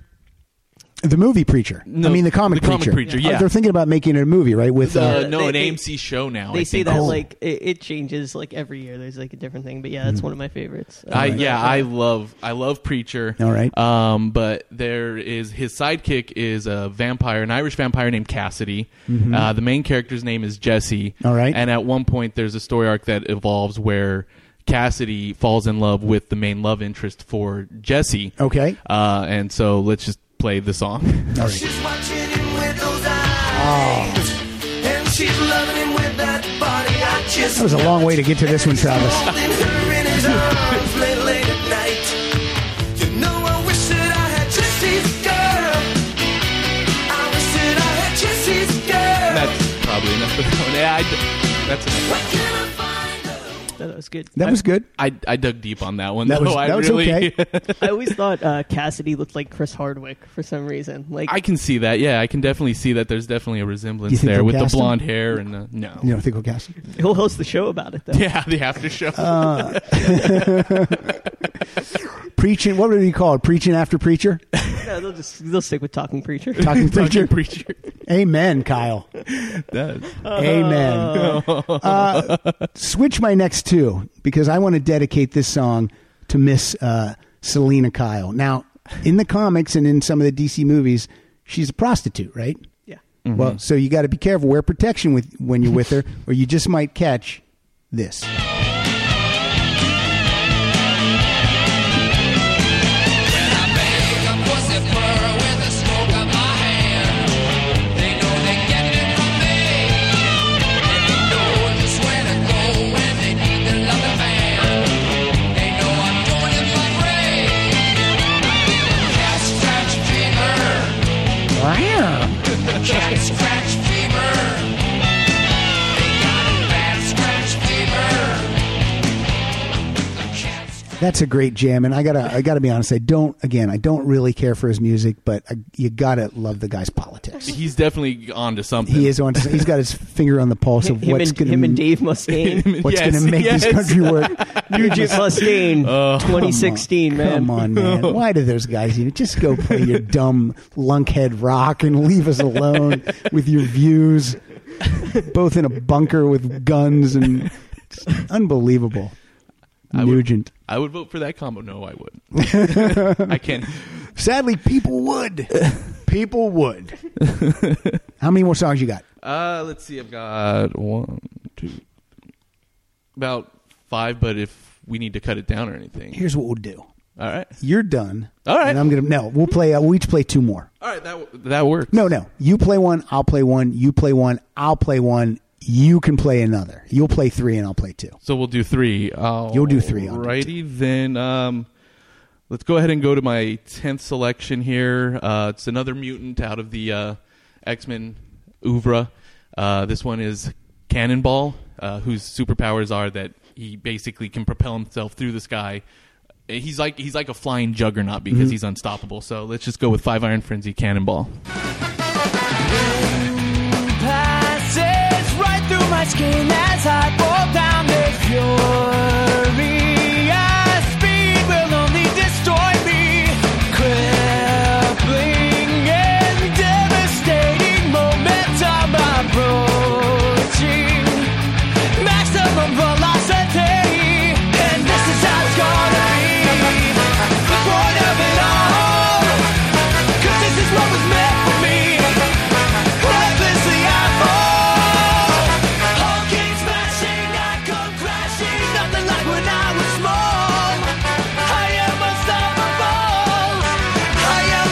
[SPEAKER 2] The movie Preacher.
[SPEAKER 3] No,
[SPEAKER 2] I mean, the comic Uh,
[SPEAKER 3] the comic Preacher, yeah.
[SPEAKER 2] they're thinking about making it a movie, right? With
[SPEAKER 3] Uh,
[SPEAKER 2] uh,
[SPEAKER 4] Yeah,
[SPEAKER 3] no,
[SPEAKER 4] they-
[SPEAKER 3] an
[SPEAKER 4] they-
[SPEAKER 3] AMC show now.
[SPEAKER 4] They
[SPEAKER 3] I
[SPEAKER 4] say
[SPEAKER 3] think.
[SPEAKER 4] that like it, it changes like every year. There's like a different thing, but yeah, that's one of my favorites.
[SPEAKER 3] Hmm.
[SPEAKER 4] Uh,
[SPEAKER 3] I yeah, I love I love Preacher.
[SPEAKER 2] All right.
[SPEAKER 3] Um, but there is his sidekick is a vampire, an Irish vampire named Cassidy. Uh, the main character's name is Jesse.
[SPEAKER 2] Mm-hmm. All right.
[SPEAKER 3] And at one point, there's a story arc that evolves where Cassidy falls in love with the main love interest for Jesse.
[SPEAKER 2] Okay.
[SPEAKER 3] Uh, and so let's just play the song.
[SPEAKER 2] All right.
[SPEAKER 8] She's watching him with those
[SPEAKER 2] Oh.
[SPEAKER 8] eyes. And she's loving him with that body. I just
[SPEAKER 2] That was a long way to get to this one, Travis.
[SPEAKER 8] holding her in his arms late, late at night. You know, I wish that I had Jesse's girl. I wish that I had Jesse's girl.
[SPEAKER 3] that's probably enough for that one. Yeah, I, d- that's enough.
[SPEAKER 8] Where can I find her?
[SPEAKER 4] that was good.
[SPEAKER 2] That was good.
[SPEAKER 3] I, I dug deep on that one.
[SPEAKER 2] That was
[SPEAKER 3] though. I
[SPEAKER 2] that was
[SPEAKER 3] really-
[SPEAKER 2] okay.
[SPEAKER 4] I always thought uh, Cassidy looked like Chris Hardwick for some reason. Like
[SPEAKER 3] I can see that. Yeah, I can definitely see that. There's definitely a resemblance
[SPEAKER 2] think
[SPEAKER 3] there
[SPEAKER 2] they'll
[SPEAKER 3] with the
[SPEAKER 2] cast him?
[SPEAKER 3] blonde hair and the no.
[SPEAKER 2] You don't think we'll cast it?
[SPEAKER 4] he'll host the show about it though.
[SPEAKER 3] Yeah, the after show.
[SPEAKER 2] Um, Preaching. What would it be called? Preaching after preacher.
[SPEAKER 4] No, they'll just they'll stick with talking preacher.
[SPEAKER 2] Talking preacher.
[SPEAKER 3] Fucking preacher.
[SPEAKER 2] Amen, Kyle.
[SPEAKER 3] That is-
[SPEAKER 2] Amen. Uh, switch my next two because I want to dedicate this song to Miss uh, Selena Kyle. Now, in the comics and in some of the DC movies, she's a prostitute, right?
[SPEAKER 4] Yeah.
[SPEAKER 2] Well, so you got to be careful. Wear protection with when you're with her, or you just might catch this.
[SPEAKER 7] Scratch fever. They got a bad scratch fever. Cat scratch
[SPEAKER 2] That's a great jam, and I gotta I gotta be honest. I don't again. I don't really care for his music, but I, you gotta love the guy's politics.
[SPEAKER 3] he's definitely on to something.
[SPEAKER 2] He is on. He's got his finger on the pulse of
[SPEAKER 4] him,
[SPEAKER 2] what's
[SPEAKER 4] and,
[SPEAKER 2] gonna
[SPEAKER 4] him and Dave Mustaine.
[SPEAKER 2] what's
[SPEAKER 3] Yes,
[SPEAKER 2] gonna make this
[SPEAKER 3] yes.
[SPEAKER 2] country work.
[SPEAKER 4] Nugent Mustaine, 2016, man.
[SPEAKER 2] Oh, Come on, man. Why do those guys even just go play your dumb lunkhead rock and leave us alone with your views? Both in a bunker with guns and it's unbelievable.
[SPEAKER 3] would-
[SPEAKER 2] Nugent.
[SPEAKER 3] I would vote for that combo. No, I would. I can't.
[SPEAKER 2] Sadly, people would. people would. How many more songs you got?
[SPEAKER 3] Uh, let's see. I've got one, two, about five. But if we need to cut it down or anything,
[SPEAKER 2] Here's what we'll do.
[SPEAKER 3] all right,
[SPEAKER 2] You're done.
[SPEAKER 3] All right.
[SPEAKER 2] And I'm gonna no. We'll play. Uh, we'll each play two more.
[SPEAKER 3] all right. That w- that works.
[SPEAKER 2] No, no. You play one, I'll play one, you play one, I'll play one, you can play another. You'll play three and I'll play two.
[SPEAKER 3] So we'll do three. I'll
[SPEAKER 2] You'll do three, I'll do
[SPEAKER 3] Righty then. Um, let's go ahead and go to my tenth selection here. Uh, it's another mutant out of the uh, X Men oeuvre. Uh, this one is Cannonball, uh, whose superpowers are that he basically can propel himself through the sky. He's like he's like a flying juggernaut because
[SPEAKER 2] Mm-hmm.
[SPEAKER 3] he's unstoppable. So let's just go with Five Iron Frenzy Cannonball.
[SPEAKER 1] passes right through my skin as I fall down this furious speed will only destroy me, crippling and devastating momentum approaching maximum velocity, and this is how it's gonna be. One of it all, 'Cause this is what was meant for me. Recklessly I fall. All came smashing, I come crashing. Nothing like when I was small. I am unstoppable. I am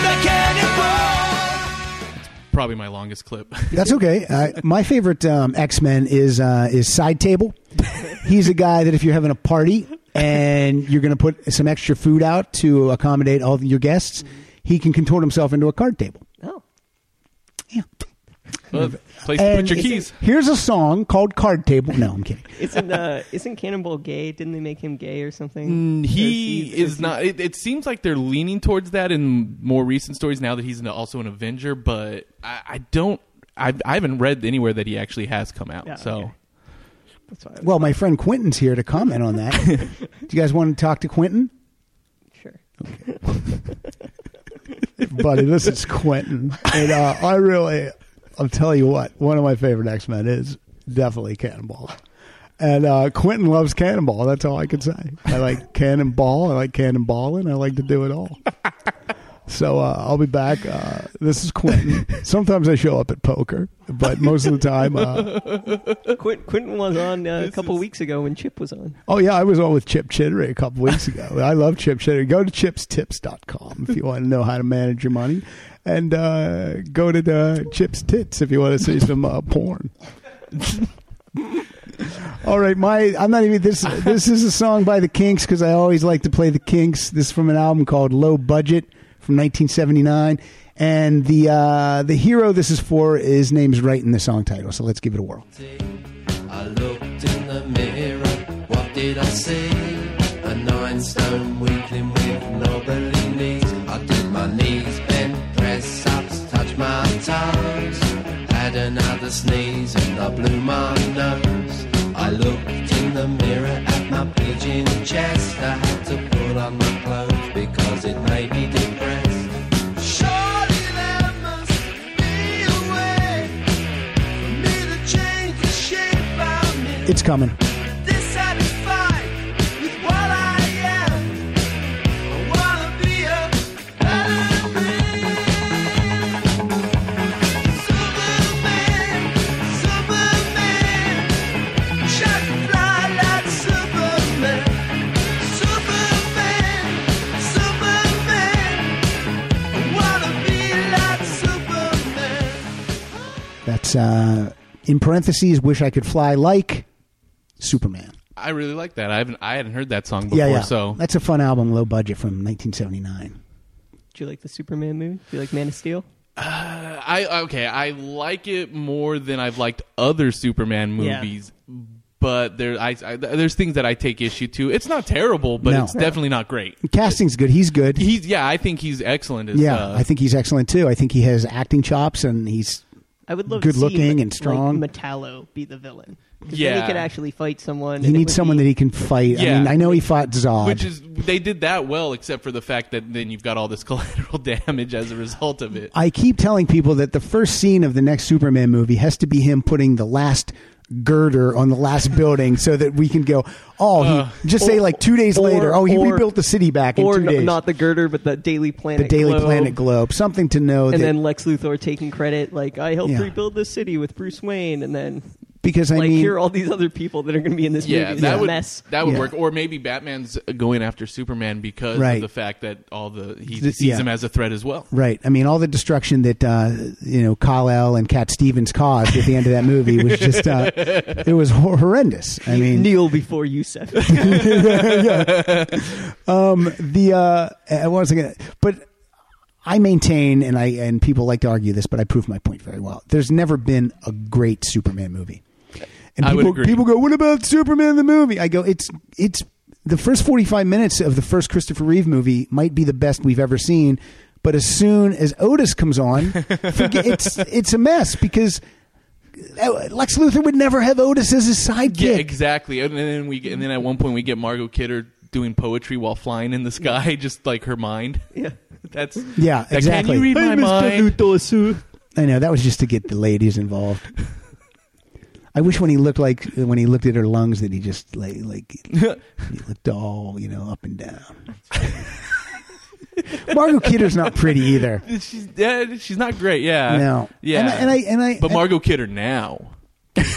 [SPEAKER 1] the cannonball.
[SPEAKER 3] Probably my longest clip.
[SPEAKER 2] That's okay. Uh, my favorite um, X Men is uh, is Side Table. He's a guy that if you're having a party and you're going to put some extra food out to accommodate all of your guests, he can contort himself into a card table.
[SPEAKER 4] Oh,
[SPEAKER 2] Yeah.
[SPEAKER 3] Well, place to
[SPEAKER 2] And
[SPEAKER 3] put your
[SPEAKER 2] it's-
[SPEAKER 3] keys.
[SPEAKER 2] Here's a song called Card Table. No, I'm kidding.
[SPEAKER 4] isn't uh, isn't Cannonball gay? Didn't they make him gay or
[SPEAKER 2] Mm.
[SPEAKER 4] something?
[SPEAKER 3] He
[SPEAKER 4] Or
[SPEAKER 3] is not. It, it seems like they're leaning towards that in more recent stories now that he's an, also an Avenger. But I, I don't. I, I haven't read anywhere that he actually has come out.
[SPEAKER 4] Yeah,
[SPEAKER 3] so
[SPEAKER 4] okay. That's why I was
[SPEAKER 2] Well, my friend Quentin's here to comment on that. Do you guys want to talk to Quentin?
[SPEAKER 4] sure.
[SPEAKER 2] Buddy, this is Quentin. And uh, I really, I'll tell you what, one of my favorite X Men is definitely Cannonball. And uh, Quentin loves Cannonball. That's all I can say. I like Cannonball. I like Cannonballing. I like to do it all. So uh, I'll be back. Uh, this is Quentin. Sometimes I show up at poker, but most of the time, uh,
[SPEAKER 4] Quint, Quentin was on uh, a couple weeks ago when Chip was on.
[SPEAKER 2] oh, yeah, I was on with Chip Chittery a couple weeks ago. I love Chip Chittery. Go to chipstips.com if you want to know how to manage your money. And uh, go to the Chips Tits if you want to see some uh, porn. All right, my I'm not even this. This is a song by the Kinks because I always like to play the Kinks. This is from an album called Low Budget from 1979, and the uh, the hero this is for his name's right in the song title. So let's give it a whirl.
[SPEAKER 9] I looked in the mirror, what did I see? A nine stone weakling with knobbly knees. I did my knees bent, press ups, touch my toes. Had another sneeze and I blew my nose. I looked in the mirror at my pigeon chest. I had to put on my clothes because it made me depressed. Surely there must be a way for me to change the shape I'm in.
[SPEAKER 2] It's coming.
[SPEAKER 9] Dissatisfied with what I am. I wanna be a better man. Superman, Superman. Wish I could fly like Superman. Superman, Superman. I wanna be like Superman.
[SPEAKER 2] That's uh, in parentheses. Wish I could fly like Superman.
[SPEAKER 3] I really like that. I haven't. I hadn't heard that song before.
[SPEAKER 2] Yeah, yeah.
[SPEAKER 3] So
[SPEAKER 2] that's a fun album. Low Budget from 1979.
[SPEAKER 4] Do you like the Superman movie? Do you like Man of Steel?
[SPEAKER 3] I okay, I like it more than I've liked other Superman
[SPEAKER 4] Yeah.
[SPEAKER 3] movies. But there, I, I there's things that I take issue to. It's not terrible, but
[SPEAKER 2] No.
[SPEAKER 3] it's definitely not great.
[SPEAKER 2] Casting's good. He's good.
[SPEAKER 3] He's yeah, I think he's excellent. As,
[SPEAKER 2] yeah,
[SPEAKER 3] uh,
[SPEAKER 2] I think he's excellent too. I think he has acting chops, and he's
[SPEAKER 4] I would love
[SPEAKER 2] Good
[SPEAKER 4] to see
[SPEAKER 2] looking
[SPEAKER 4] Ma-
[SPEAKER 2] and strong.
[SPEAKER 4] Like Metallo be the villain. 'Cause then
[SPEAKER 3] Yeah.
[SPEAKER 4] he could actually fight someone.
[SPEAKER 2] he
[SPEAKER 4] and it
[SPEAKER 2] needs
[SPEAKER 4] would
[SPEAKER 2] someone
[SPEAKER 4] be-
[SPEAKER 2] that he can fight. I
[SPEAKER 3] Yeah.
[SPEAKER 2] mean, I know he fought Zod.
[SPEAKER 3] which is they did that well, except for the fact that then you've got all this collateral damage as a result of it.
[SPEAKER 2] I keep telling people that the first scene of the next Superman movie has to be him putting the last girder on the last building so that we can go, oh, he, just say
[SPEAKER 4] Or-
[SPEAKER 2] like two days
[SPEAKER 4] or-
[SPEAKER 2] later, oh, he
[SPEAKER 4] or-
[SPEAKER 2] rebuilt the city back in
[SPEAKER 4] or
[SPEAKER 2] two
[SPEAKER 4] n-
[SPEAKER 2] days.
[SPEAKER 4] not the girder, but the Daily
[SPEAKER 2] the
[SPEAKER 4] Planet.
[SPEAKER 2] Daily
[SPEAKER 4] Globe,
[SPEAKER 2] Planet Globe, something to know that,
[SPEAKER 4] And then Lex Luthor taking credit, like I helped
[SPEAKER 2] Yeah.
[SPEAKER 4] rebuild this city with Bruce Wayne, and then
[SPEAKER 2] because I
[SPEAKER 4] like
[SPEAKER 2] mean,
[SPEAKER 4] here are all these other people that are going to be in this
[SPEAKER 3] Yeah,
[SPEAKER 4] movie.
[SPEAKER 3] that
[SPEAKER 4] It's a
[SPEAKER 3] would
[SPEAKER 4] mess.
[SPEAKER 3] that would
[SPEAKER 2] Yeah.
[SPEAKER 3] work. Or maybe Batman's going after Superman because
[SPEAKER 2] Right.
[SPEAKER 3] of the fact that all the he
[SPEAKER 2] Th-
[SPEAKER 3] sees
[SPEAKER 2] yeah.
[SPEAKER 3] him as a threat as well.
[SPEAKER 2] Right. I mean, all the destruction that uh, you know Kyle El and Cat Stevens caused at the end of that movie was just uh, it was hor- horrendous. I mean,
[SPEAKER 4] kneel before Yusef.
[SPEAKER 2] the uh I was gonna but I maintain and I and people like to argue this, but I prove my point very well. There's never been a great Superman movie. And
[SPEAKER 3] I
[SPEAKER 2] people,
[SPEAKER 3] would agree.
[SPEAKER 2] people go, "What about Superman the movie?" I go, "It's it's the first 45 minutes of the first Christopher Reeve movie might be the best we've ever seen, but as soon as Otis comes on, forget, it's it's a mess because uh, Lex Luthor would never have Otis as his sidekick.
[SPEAKER 3] Yeah, exactly. And then we get, and then at one point we get Margot Kidder doing poetry while flying in the sky, just like her mind.
[SPEAKER 4] Yeah.
[SPEAKER 3] That's
[SPEAKER 2] Yeah,
[SPEAKER 3] Like,
[SPEAKER 2] exactly.
[SPEAKER 3] Can you read my mind?
[SPEAKER 2] I know that was just to get the ladies involved. I wish when he looked like when he looked at her lungs that he just like like he looked all you know up and down. Margot Kidder's not pretty either.
[SPEAKER 3] She's yeah, she's not great. Yeah,
[SPEAKER 2] No.
[SPEAKER 3] yeah.
[SPEAKER 2] And I- and I- and I-
[SPEAKER 3] but Margot Kidder now.
[SPEAKER 2] and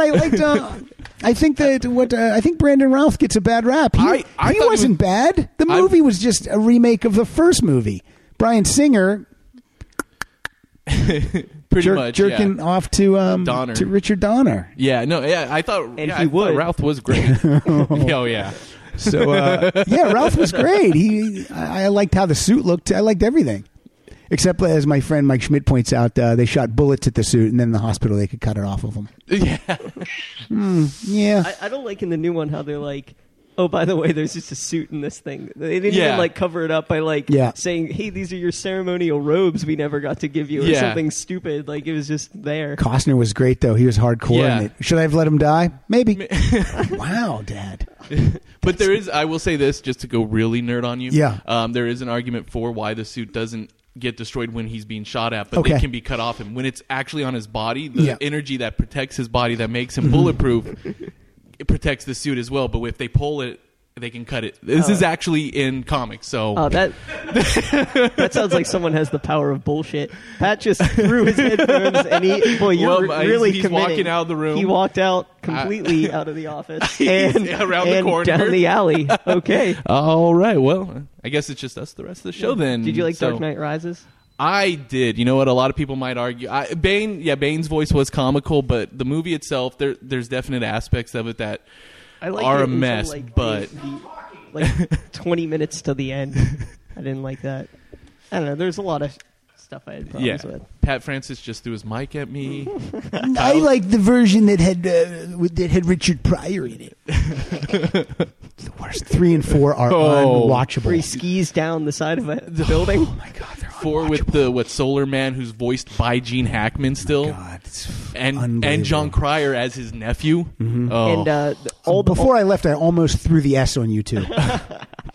[SPEAKER 2] I liked. Uh, I think that what uh, I think Brandon Routh gets a bad rap. He,
[SPEAKER 3] I- I
[SPEAKER 2] he
[SPEAKER 3] thought he
[SPEAKER 2] wasn't
[SPEAKER 3] was-
[SPEAKER 2] bad. The
[SPEAKER 3] I-
[SPEAKER 2] movie was just a remake of the first movie. Brian Singer
[SPEAKER 3] Pretty
[SPEAKER 2] jerk,
[SPEAKER 3] much
[SPEAKER 2] jerking
[SPEAKER 3] Yeah.
[SPEAKER 2] off to um,
[SPEAKER 3] Donner.
[SPEAKER 2] to Richard Donner.
[SPEAKER 3] Yeah, no, yeah. I thought
[SPEAKER 4] And
[SPEAKER 3] yeah,
[SPEAKER 4] he
[SPEAKER 3] I thought
[SPEAKER 4] would.
[SPEAKER 3] Ralph was great. oh yeah,
[SPEAKER 2] So uh, yeah, Ralph was great. He I, I liked how the suit looked. I liked everything. Except uh, as my friend Mike Schmidt points out, uh, they shot bullets at the suit, and then in the hospital they could cut it off of him.
[SPEAKER 3] yeah.
[SPEAKER 2] Yeah,
[SPEAKER 4] I, I don't like in the new one how they're like, oh, by the way, there's just a suit in this thing. They didn't
[SPEAKER 3] Yeah.
[SPEAKER 4] even like cover it up by like
[SPEAKER 2] Yeah.
[SPEAKER 4] saying, hey, these are your ceremonial robes we never got to give you or
[SPEAKER 3] Yeah.
[SPEAKER 4] something stupid. Like it was just there.
[SPEAKER 2] Costner was great though. He was hardcore
[SPEAKER 3] Yeah.
[SPEAKER 2] in it. Should I have let him die? Maybe. wow, Dad.
[SPEAKER 3] But there is, I will say this, just to go really nerd on you.
[SPEAKER 2] Yeah.
[SPEAKER 3] Um, there is an argument for why the suit doesn't get destroyed when he's being shot at, but
[SPEAKER 2] Okay.
[SPEAKER 3] they can be cut off him. When it's actually on his body, the
[SPEAKER 2] Yeah.
[SPEAKER 3] energy that protects his body, that makes
[SPEAKER 4] Mm-hmm.
[SPEAKER 3] him bulletproof, it protects the suit as well. But if they pull it, they can cut it. This is actually in comics, so
[SPEAKER 4] Oh, that that sounds like someone has the power of bullshit. Pat just threw his headphones and he boy, you're
[SPEAKER 3] Well,
[SPEAKER 4] re-
[SPEAKER 3] my- he's-
[SPEAKER 4] really
[SPEAKER 3] he's
[SPEAKER 4] committing.
[SPEAKER 3] walking out of the room.
[SPEAKER 4] He walked out completely out of the office
[SPEAKER 3] He's
[SPEAKER 4] and
[SPEAKER 3] around the
[SPEAKER 4] and
[SPEAKER 3] corner.
[SPEAKER 4] down the alley. Okay.
[SPEAKER 3] all right. Well, I guess it's just us the rest of the show then.
[SPEAKER 4] Did you like
[SPEAKER 3] So-
[SPEAKER 4] Dark Knight Rises?
[SPEAKER 3] I did. You know what? A lot of people might argue. I, Bane, yeah, Bane's voice was comical, but the movie itself, there, there's definite aspects of it that
[SPEAKER 4] I liked
[SPEAKER 3] are
[SPEAKER 4] it
[SPEAKER 3] a
[SPEAKER 4] until,
[SPEAKER 3] mess.
[SPEAKER 4] like, the-
[SPEAKER 3] but
[SPEAKER 4] the- like twenty minutes to the end, I didn't like that. I don't know. There's a lot of stuff I had
[SPEAKER 3] yeah,
[SPEAKER 4] problems with.
[SPEAKER 3] Pat Francis just threw his mic at me.
[SPEAKER 2] Mm-hmm. I like the version that had uh, with- that had Richard Pryor in it. the worst three and four are
[SPEAKER 3] Oh.
[SPEAKER 4] Where he
[SPEAKER 2] unwatchable.
[SPEAKER 4] skis down the side of a the building.
[SPEAKER 2] Oh my god, they're
[SPEAKER 3] Four with the what Solar Man, who's voiced by Gene Hackman still,
[SPEAKER 2] unwatchable. God, it's
[SPEAKER 3] and
[SPEAKER 2] unbelievable. Mm-hmm.
[SPEAKER 3] and John Cryer as his nephew. Oh.
[SPEAKER 4] And uh, the- all the
[SPEAKER 2] Before I left, I almost threw the S on you too.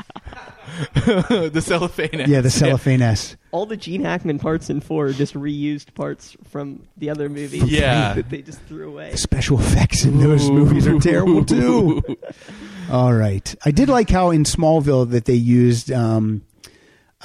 [SPEAKER 3] the cellophane.
[SPEAKER 2] Yeah, the cellophane S.
[SPEAKER 4] all the Gene Hackman parts in four are just reused parts from the other movies.
[SPEAKER 3] Yeah.
[SPEAKER 4] that they just threw away.
[SPEAKER 2] The special effects in those movies are terrible too. All right, I did like how in Smallville that they used. Um,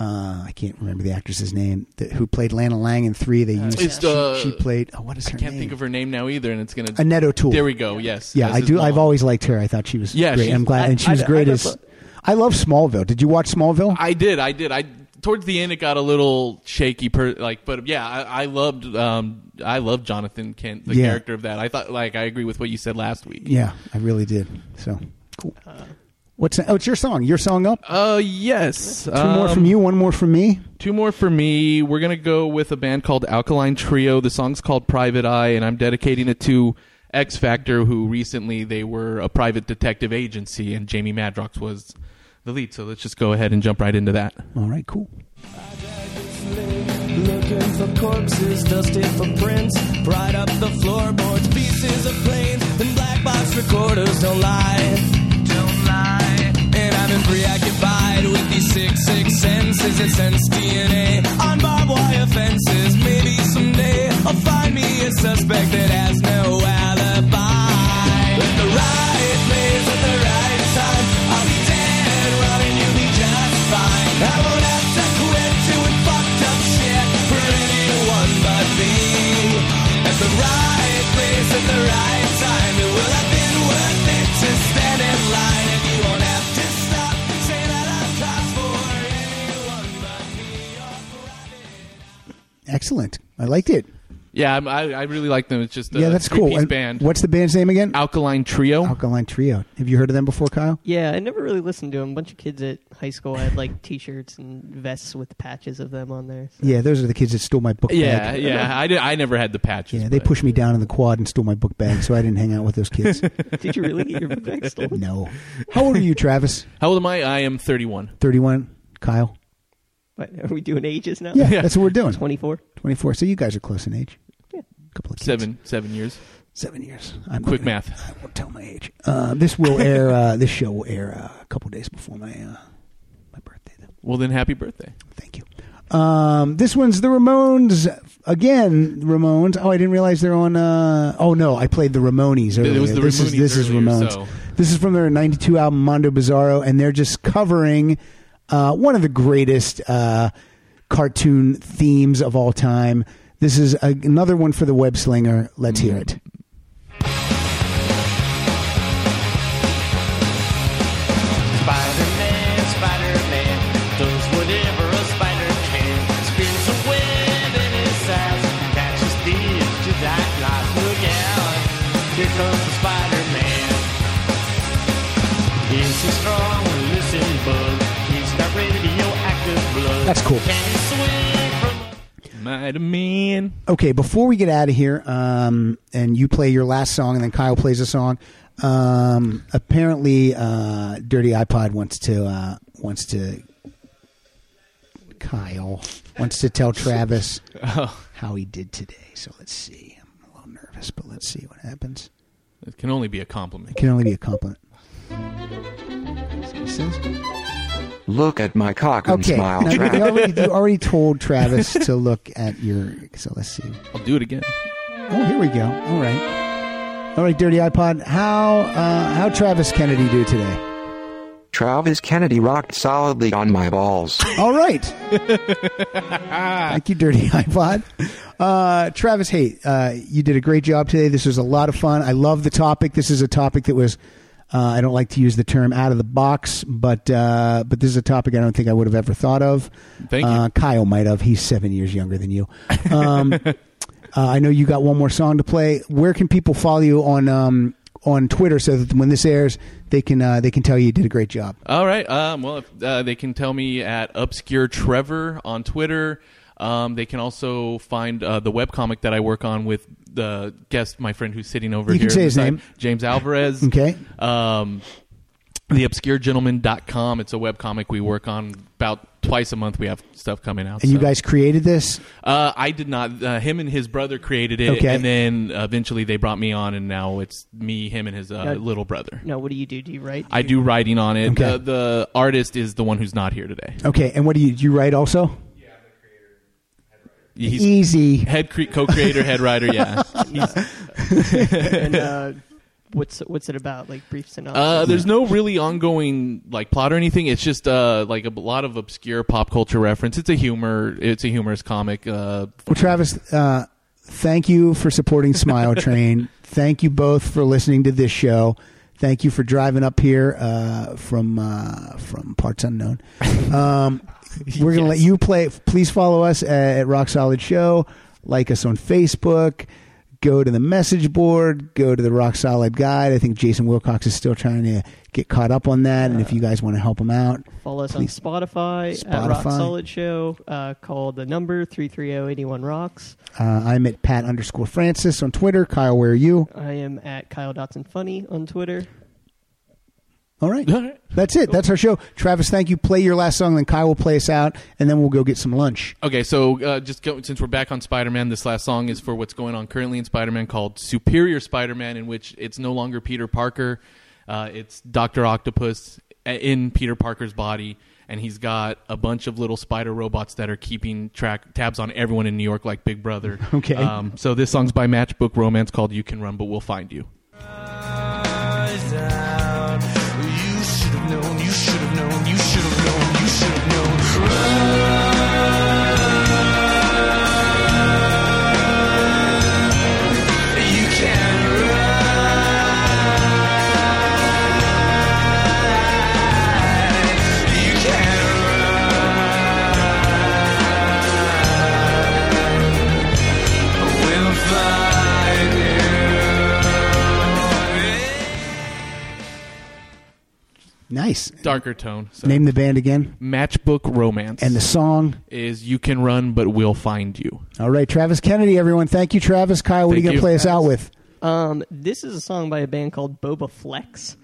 [SPEAKER 2] uh, I can't remember the actress's name that, who played Lana Lang in three. They used
[SPEAKER 3] Uh, It's
[SPEAKER 2] she,
[SPEAKER 3] the-
[SPEAKER 2] she played. Oh, what is her
[SPEAKER 3] Can't
[SPEAKER 2] name?
[SPEAKER 3] think of her name now either, and it's gonna.
[SPEAKER 2] Annette O'Toole.
[SPEAKER 3] There we go. Yes.
[SPEAKER 2] Yeah,
[SPEAKER 3] as
[SPEAKER 2] I
[SPEAKER 3] his
[SPEAKER 2] do. I've
[SPEAKER 3] mom.
[SPEAKER 2] always liked her. I thought she was
[SPEAKER 3] Yeah,
[SPEAKER 2] great.
[SPEAKER 3] she's-
[SPEAKER 2] I'm glad,
[SPEAKER 4] I-
[SPEAKER 2] and she
[SPEAKER 4] I-
[SPEAKER 2] was
[SPEAKER 4] I
[SPEAKER 2] great
[SPEAKER 4] don't
[SPEAKER 2] as.
[SPEAKER 4] bu-
[SPEAKER 2] I love Smallville. Did you watch Smallville?
[SPEAKER 3] I did. I did. I towards the end it got a little shaky. Per, like, but yeah, I, I loved. Um, I loved Jonathan Kent, the
[SPEAKER 2] Yeah.
[SPEAKER 3] character of that. I thought, like, I agree with what you said last week.
[SPEAKER 2] yeah, I really did. So cool. What's that? oh, it's your song. Your song up.
[SPEAKER 3] Uh, yes. Uh,
[SPEAKER 2] Two more
[SPEAKER 3] Um,
[SPEAKER 2] from you. One more from me.
[SPEAKER 3] Two more for me. We're gonna go with a band called Alkaline Trio. The song's called Private Eye, and I'm dedicating it to X Factor, who recently they were a private detective agency, and Jamie Madrox was the lead. So let's just go ahead and jump right into that.
[SPEAKER 2] All right, cool.
[SPEAKER 10] Looking for corpses, dusted footprints, pried up the floorboards, pieces of planes, and black box recorders. Don't lie, don't lie. And I've been preoccupied with these sick, sick senses and sense DNA on barbed wire fences. Maybe someday I'll find me a suspect that has no alibi. With the right place at the right time, I'll be dead running. You'll be just fine. I won't have to quit doing fucked up shit for anyone but me. At the right place at the right time, it will have been worth it to stand in line, and you won't have to stop. Say that I'm cops for anyone but me.
[SPEAKER 2] Excellent. I liked it.
[SPEAKER 3] Yeah, I'm- I, I really like them. It's just a
[SPEAKER 2] yeah, that's cool.
[SPEAKER 3] three-piece
[SPEAKER 2] And
[SPEAKER 3] band.
[SPEAKER 2] What's the band's name again?
[SPEAKER 3] Alkaline Trio.
[SPEAKER 2] Alkaline Trio. Have you heard of them before, Kyle?
[SPEAKER 4] Yeah, I never really listened to them. A bunch of kids at high school had like T-shirts and vests with patches of them on there.
[SPEAKER 2] Yeah, those are the kids that stole my book
[SPEAKER 3] Yeah,
[SPEAKER 2] bag.
[SPEAKER 3] yeah. I, did, I never had the patches.
[SPEAKER 2] Yeah, they pushed me down in the quad and stole my book bag, so I didn't hang out with those kids.
[SPEAKER 4] Did you really get your book bag stolen?
[SPEAKER 2] no. How old are you, Travis?
[SPEAKER 3] How old am I? I am 31.
[SPEAKER 2] 31. Kyle?
[SPEAKER 4] What, are we doing ages now?
[SPEAKER 2] Yeah, that's what we're doing.
[SPEAKER 4] 24.
[SPEAKER 2] 24. So you guys are close in age.
[SPEAKER 3] Seven, seven years.
[SPEAKER 2] Seven years. I'm
[SPEAKER 3] Quick
[SPEAKER 2] looking
[SPEAKER 3] math.
[SPEAKER 2] I won't tell my age. Uh, this will air. Uh, this show will air uh, a couple days before my. Uh,
[SPEAKER 3] Well, then happy birthday.
[SPEAKER 2] Um, this one's the Ramones again. Ramones. Oh, I didn't realize they're on. Uh, oh no, I played the Ramones
[SPEAKER 3] It
[SPEAKER 2] earlier.
[SPEAKER 3] was the
[SPEAKER 2] this is
[SPEAKER 3] Ramones
[SPEAKER 2] this is
[SPEAKER 3] earlier,
[SPEAKER 2] Ramones.
[SPEAKER 3] so-
[SPEAKER 2] This is from their '92 album Mondo Bizarro, and they're just covering uh, one of the greatest uh, cartoon themes of all time. This is a, another one for the web slinger. Let's hear it.
[SPEAKER 11] Spider-Man, Spider-Man does whatever a spider can. Spins a web in his ass, catches thieves, Jedi knives. Look out! Here comes the Spider-Man. Is he strong? Listen, bug. He's got radioactive blood.
[SPEAKER 2] That's cool.
[SPEAKER 11] Can he swing from
[SPEAKER 3] Mighty Man.
[SPEAKER 2] Okay, before we get out of here, um, and you play your last song, and then Kyle plays a song. Um, apparently, uh, Dirty iPod wants to uh, wants to Kyle wants to tell Travis how he did today. So let's see. I'm a little nervous, but let's see what happens.
[SPEAKER 3] It can only be a
[SPEAKER 2] It
[SPEAKER 3] compliment.
[SPEAKER 2] can only be a compliment.
[SPEAKER 5] Look at my cock and
[SPEAKER 2] Okay,
[SPEAKER 5] smile,
[SPEAKER 2] now, you,
[SPEAKER 5] Travis.
[SPEAKER 2] already, you already told Travis to look at your. So let's see.
[SPEAKER 3] I'll do it again.
[SPEAKER 2] Oh, here we go. All right. All right, Dirty iPod. How uh, how Travis Kennedy do today?
[SPEAKER 5] Travis Kennedy rocked solidly on my balls.
[SPEAKER 2] All right. Thank you, Dirty iPod. Uh, Travis, hey, uh, you did a great job today. This was a lot of fun. I love the topic. This is a topic that was. Uh, I don't like to use the term "out of the box," but uh, but this is a topic I don't think I would have ever thought of.
[SPEAKER 3] Thank you.
[SPEAKER 2] Uh, Kyle might have. He's seven years younger than you. Um, uh, I know you got one more song to play. Where can people follow you on um, on Twitter so that when this airs, they can uh, they can tell you you did a great job.
[SPEAKER 3] All right. Um, well, if, uh, they can tell me at Obscure Trevor on Twitter. Um, they can also find uh, the webcomic that I work on with the guest, my friend who's sitting over
[SPEAKER 2] You
[SPEAKER 3] here.
[SPEAKER 2] can say his
[SPEAKER 3] beside-
[SPEAKER 2] name.
[SPEAKER 3] James Alvarez.
[SPEAKER 2] Okay.
[SPEAKER 3] Um, TheObscureGentleman.com. It's a webcomic we work on about twice a month. We have stuff coming out.
[SPEAKER 2] And you
[SPEAKER 3] so.
[SPEAKER 2] guys created this.
[SPEAKER 3] Uh, I did not. Uh, him and his brother created it,
[SPEAKER 2] Okay.
[SPEAKER 3] and then eventually they brought me on, and now it's me, him, and his uh,
[SPEAKER 4] Now-
[SPEAKER 3] little brother.
[SPEAKER 4] No, what do you do? Do you write?
[SPEAKER 3] I do writing on it.
[SPEAKER 2] Okay.
[SPEAKER 3] The, the artist is the one who's not here today.
[SPEAKER 2] Okay, and what do you do? You write also?
[SPEAKER 3] He's
[SPEAKER 2] Easy.
[SPEAKER 3] head cre- co-creator, head writer. Yeah.
[SPEAKER 4] and uh, what's what's it about? Like brief synopsis.
[SPEAKER 3] Uh, there's no really ongoing like plot or anything. It's just uh, like a b- lot of obscure pop culture reference. It's a humor. It's a humorous comic. Uh,
[SPEAKER 2] Well, Travis, uh, thank you for supporting Smile Train. thank you both for listening to this show. Thank you for driving up here uh, from uh, from parts unknown. Um, we're gonna let you play. Please follow us at, at Rock Solid Show. Like us on Facebook. Go to the message board. Go to the Rock Solid Guide. I think Jason Wilcox is still trying to get caught up on that. And if you guys want to help him out,
[SPEAKER 4] Follow us
[SPEAKER 2] please.
[SPEAKER 4] on Spotify, at Rock
[SPEAKER 2] Spotify.
[SPEAKER 4] Solid Show. Uh, call the number 330-81 Rocks.
[SPEAKER 2] Uh, I'm at Pat underscore Francis on Twitter. Kyle, where are you?
[SPEAKER 4] I am at Kyle Dotson Funny on Twitter.
[SPEAKER 2] All right. That's it. That's our show. Travis, thank you. Play your last song, then Kyle will play us out, and then we'll go get some lunch.
[SPEAKER 3] Okay, so uh, just go, since we're back on Spider-Man, this last song is for what's going on currently in Spider-Man called Superior Spider-Man, in which it's no longer Peter Parker, uh, it's Doctor Octopus a- in Peter Parker's body, and he's got a bunch of little spider robots that are keeping track tabs on everyone in New York like Big Brother.
[SPEAKER 2] Okay.
[SPEAKER 3] Um, so this song's by Matchbook Romance called "You Can Run, But We'll Find You."
[SPEAKER 7] down. You should have known, you should have known, you should have known, you should have known. Run. You can run. You can run. We'll
[SPEAKER 2] Nice.
[SPEAKER 3] darker tone. So.
[SPEAKER 2] Name the band again.
[SPEAKER 3] Matchbook Romance.
[SPEAKER 2] And the song.
[SPEAKER 3] is "You Can Run, But We'll Find You."
[SPEAKER 2] All right, Travis Kennedy, everyone. Thank you, Travis. Kyle, what are you
[SPEAKER 3] Thank
[SPEAKER 2] going to
[SPEAKER 3] you.
[SPEAKER 2] play us out with?
[SPEAKER 4] Um, this is a song by a band called Boba Flex,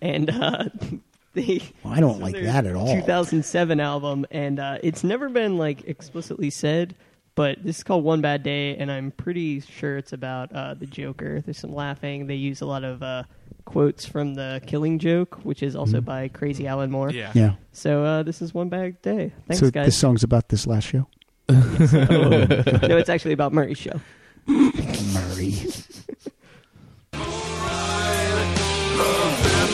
[SPEAKER 4] and uh, they.
[SPEAKER 2] Well, I don't like
[SPEAKER 4] their
[SPEAKER 2] that at all.
[SPEAKER 4] 2007 album, and uh, it's never been like explicitly said, but this is called One Bad Day, and I'm pretty sure it's about uh, the Joker. There's some laughing. They use a lot of uh, quotes from the Killing Joke, which is also
[SPEAKER 2] Mhm.
[SPEAKER 4] by Crazy Alan Moore.
[SPEAKER 3] Yeah.
[SPEAKER 2] Yeah.
[SPEAKER 4] So uh, this is One Bad Day. Thanks,
[SPEAKER 2] so
[SPEAKER 4] guys.
[SPEAKER 2] this song's about this last show.
[SPEAKER 4] no, it's actually about Murray's show.
[SPEAKER 2] Murray.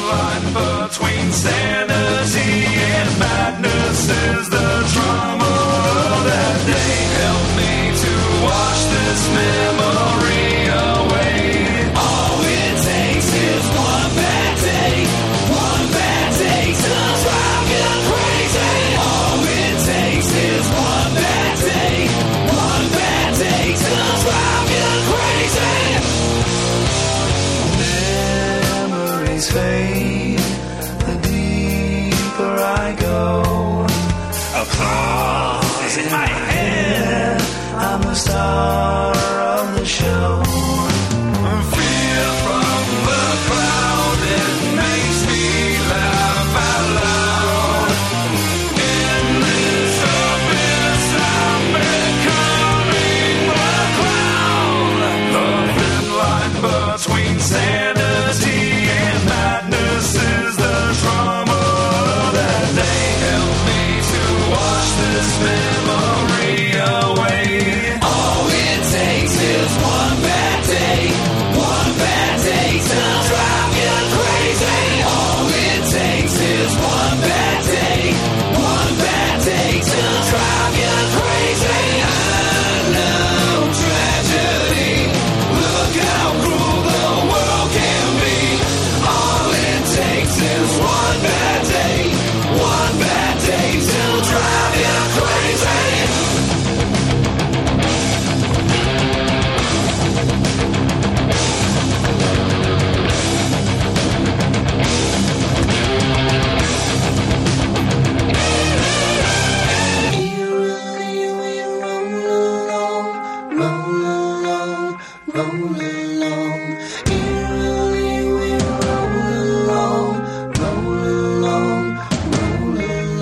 [SPEAKER 7] line between sanity and madness is the drama of that day. Help me to wash this memory away. All it takes is one bad day. One bad day to drive you crazy. All it takes is one bad day. One bad day to drive you crazy. Memories fade the deeper I go. Applause in my head. I'm the star of the show. Fear from the crowd, it makes me laugh out loud. In this abyss, I'm becoming the clown. The thin line between sanity and madness is the drama of that day. Help me to wash this memory away. All it takes is one bad day. One bad day to drive you crazy. All it takes is one bad day. One bad day to drive you crazy. I know tragedy. Look how cruel the world can be. All it takes is one bad day. One bad day to drive you crazy.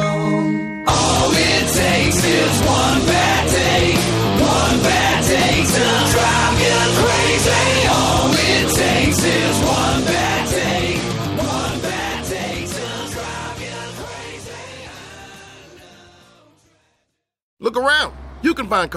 [SPEAKER 7] All it takes is one bad day, one bad day to drive you crazy. All it takes is one bad day, one bad day to drive you
[SPEAKER 12] Look around. You can find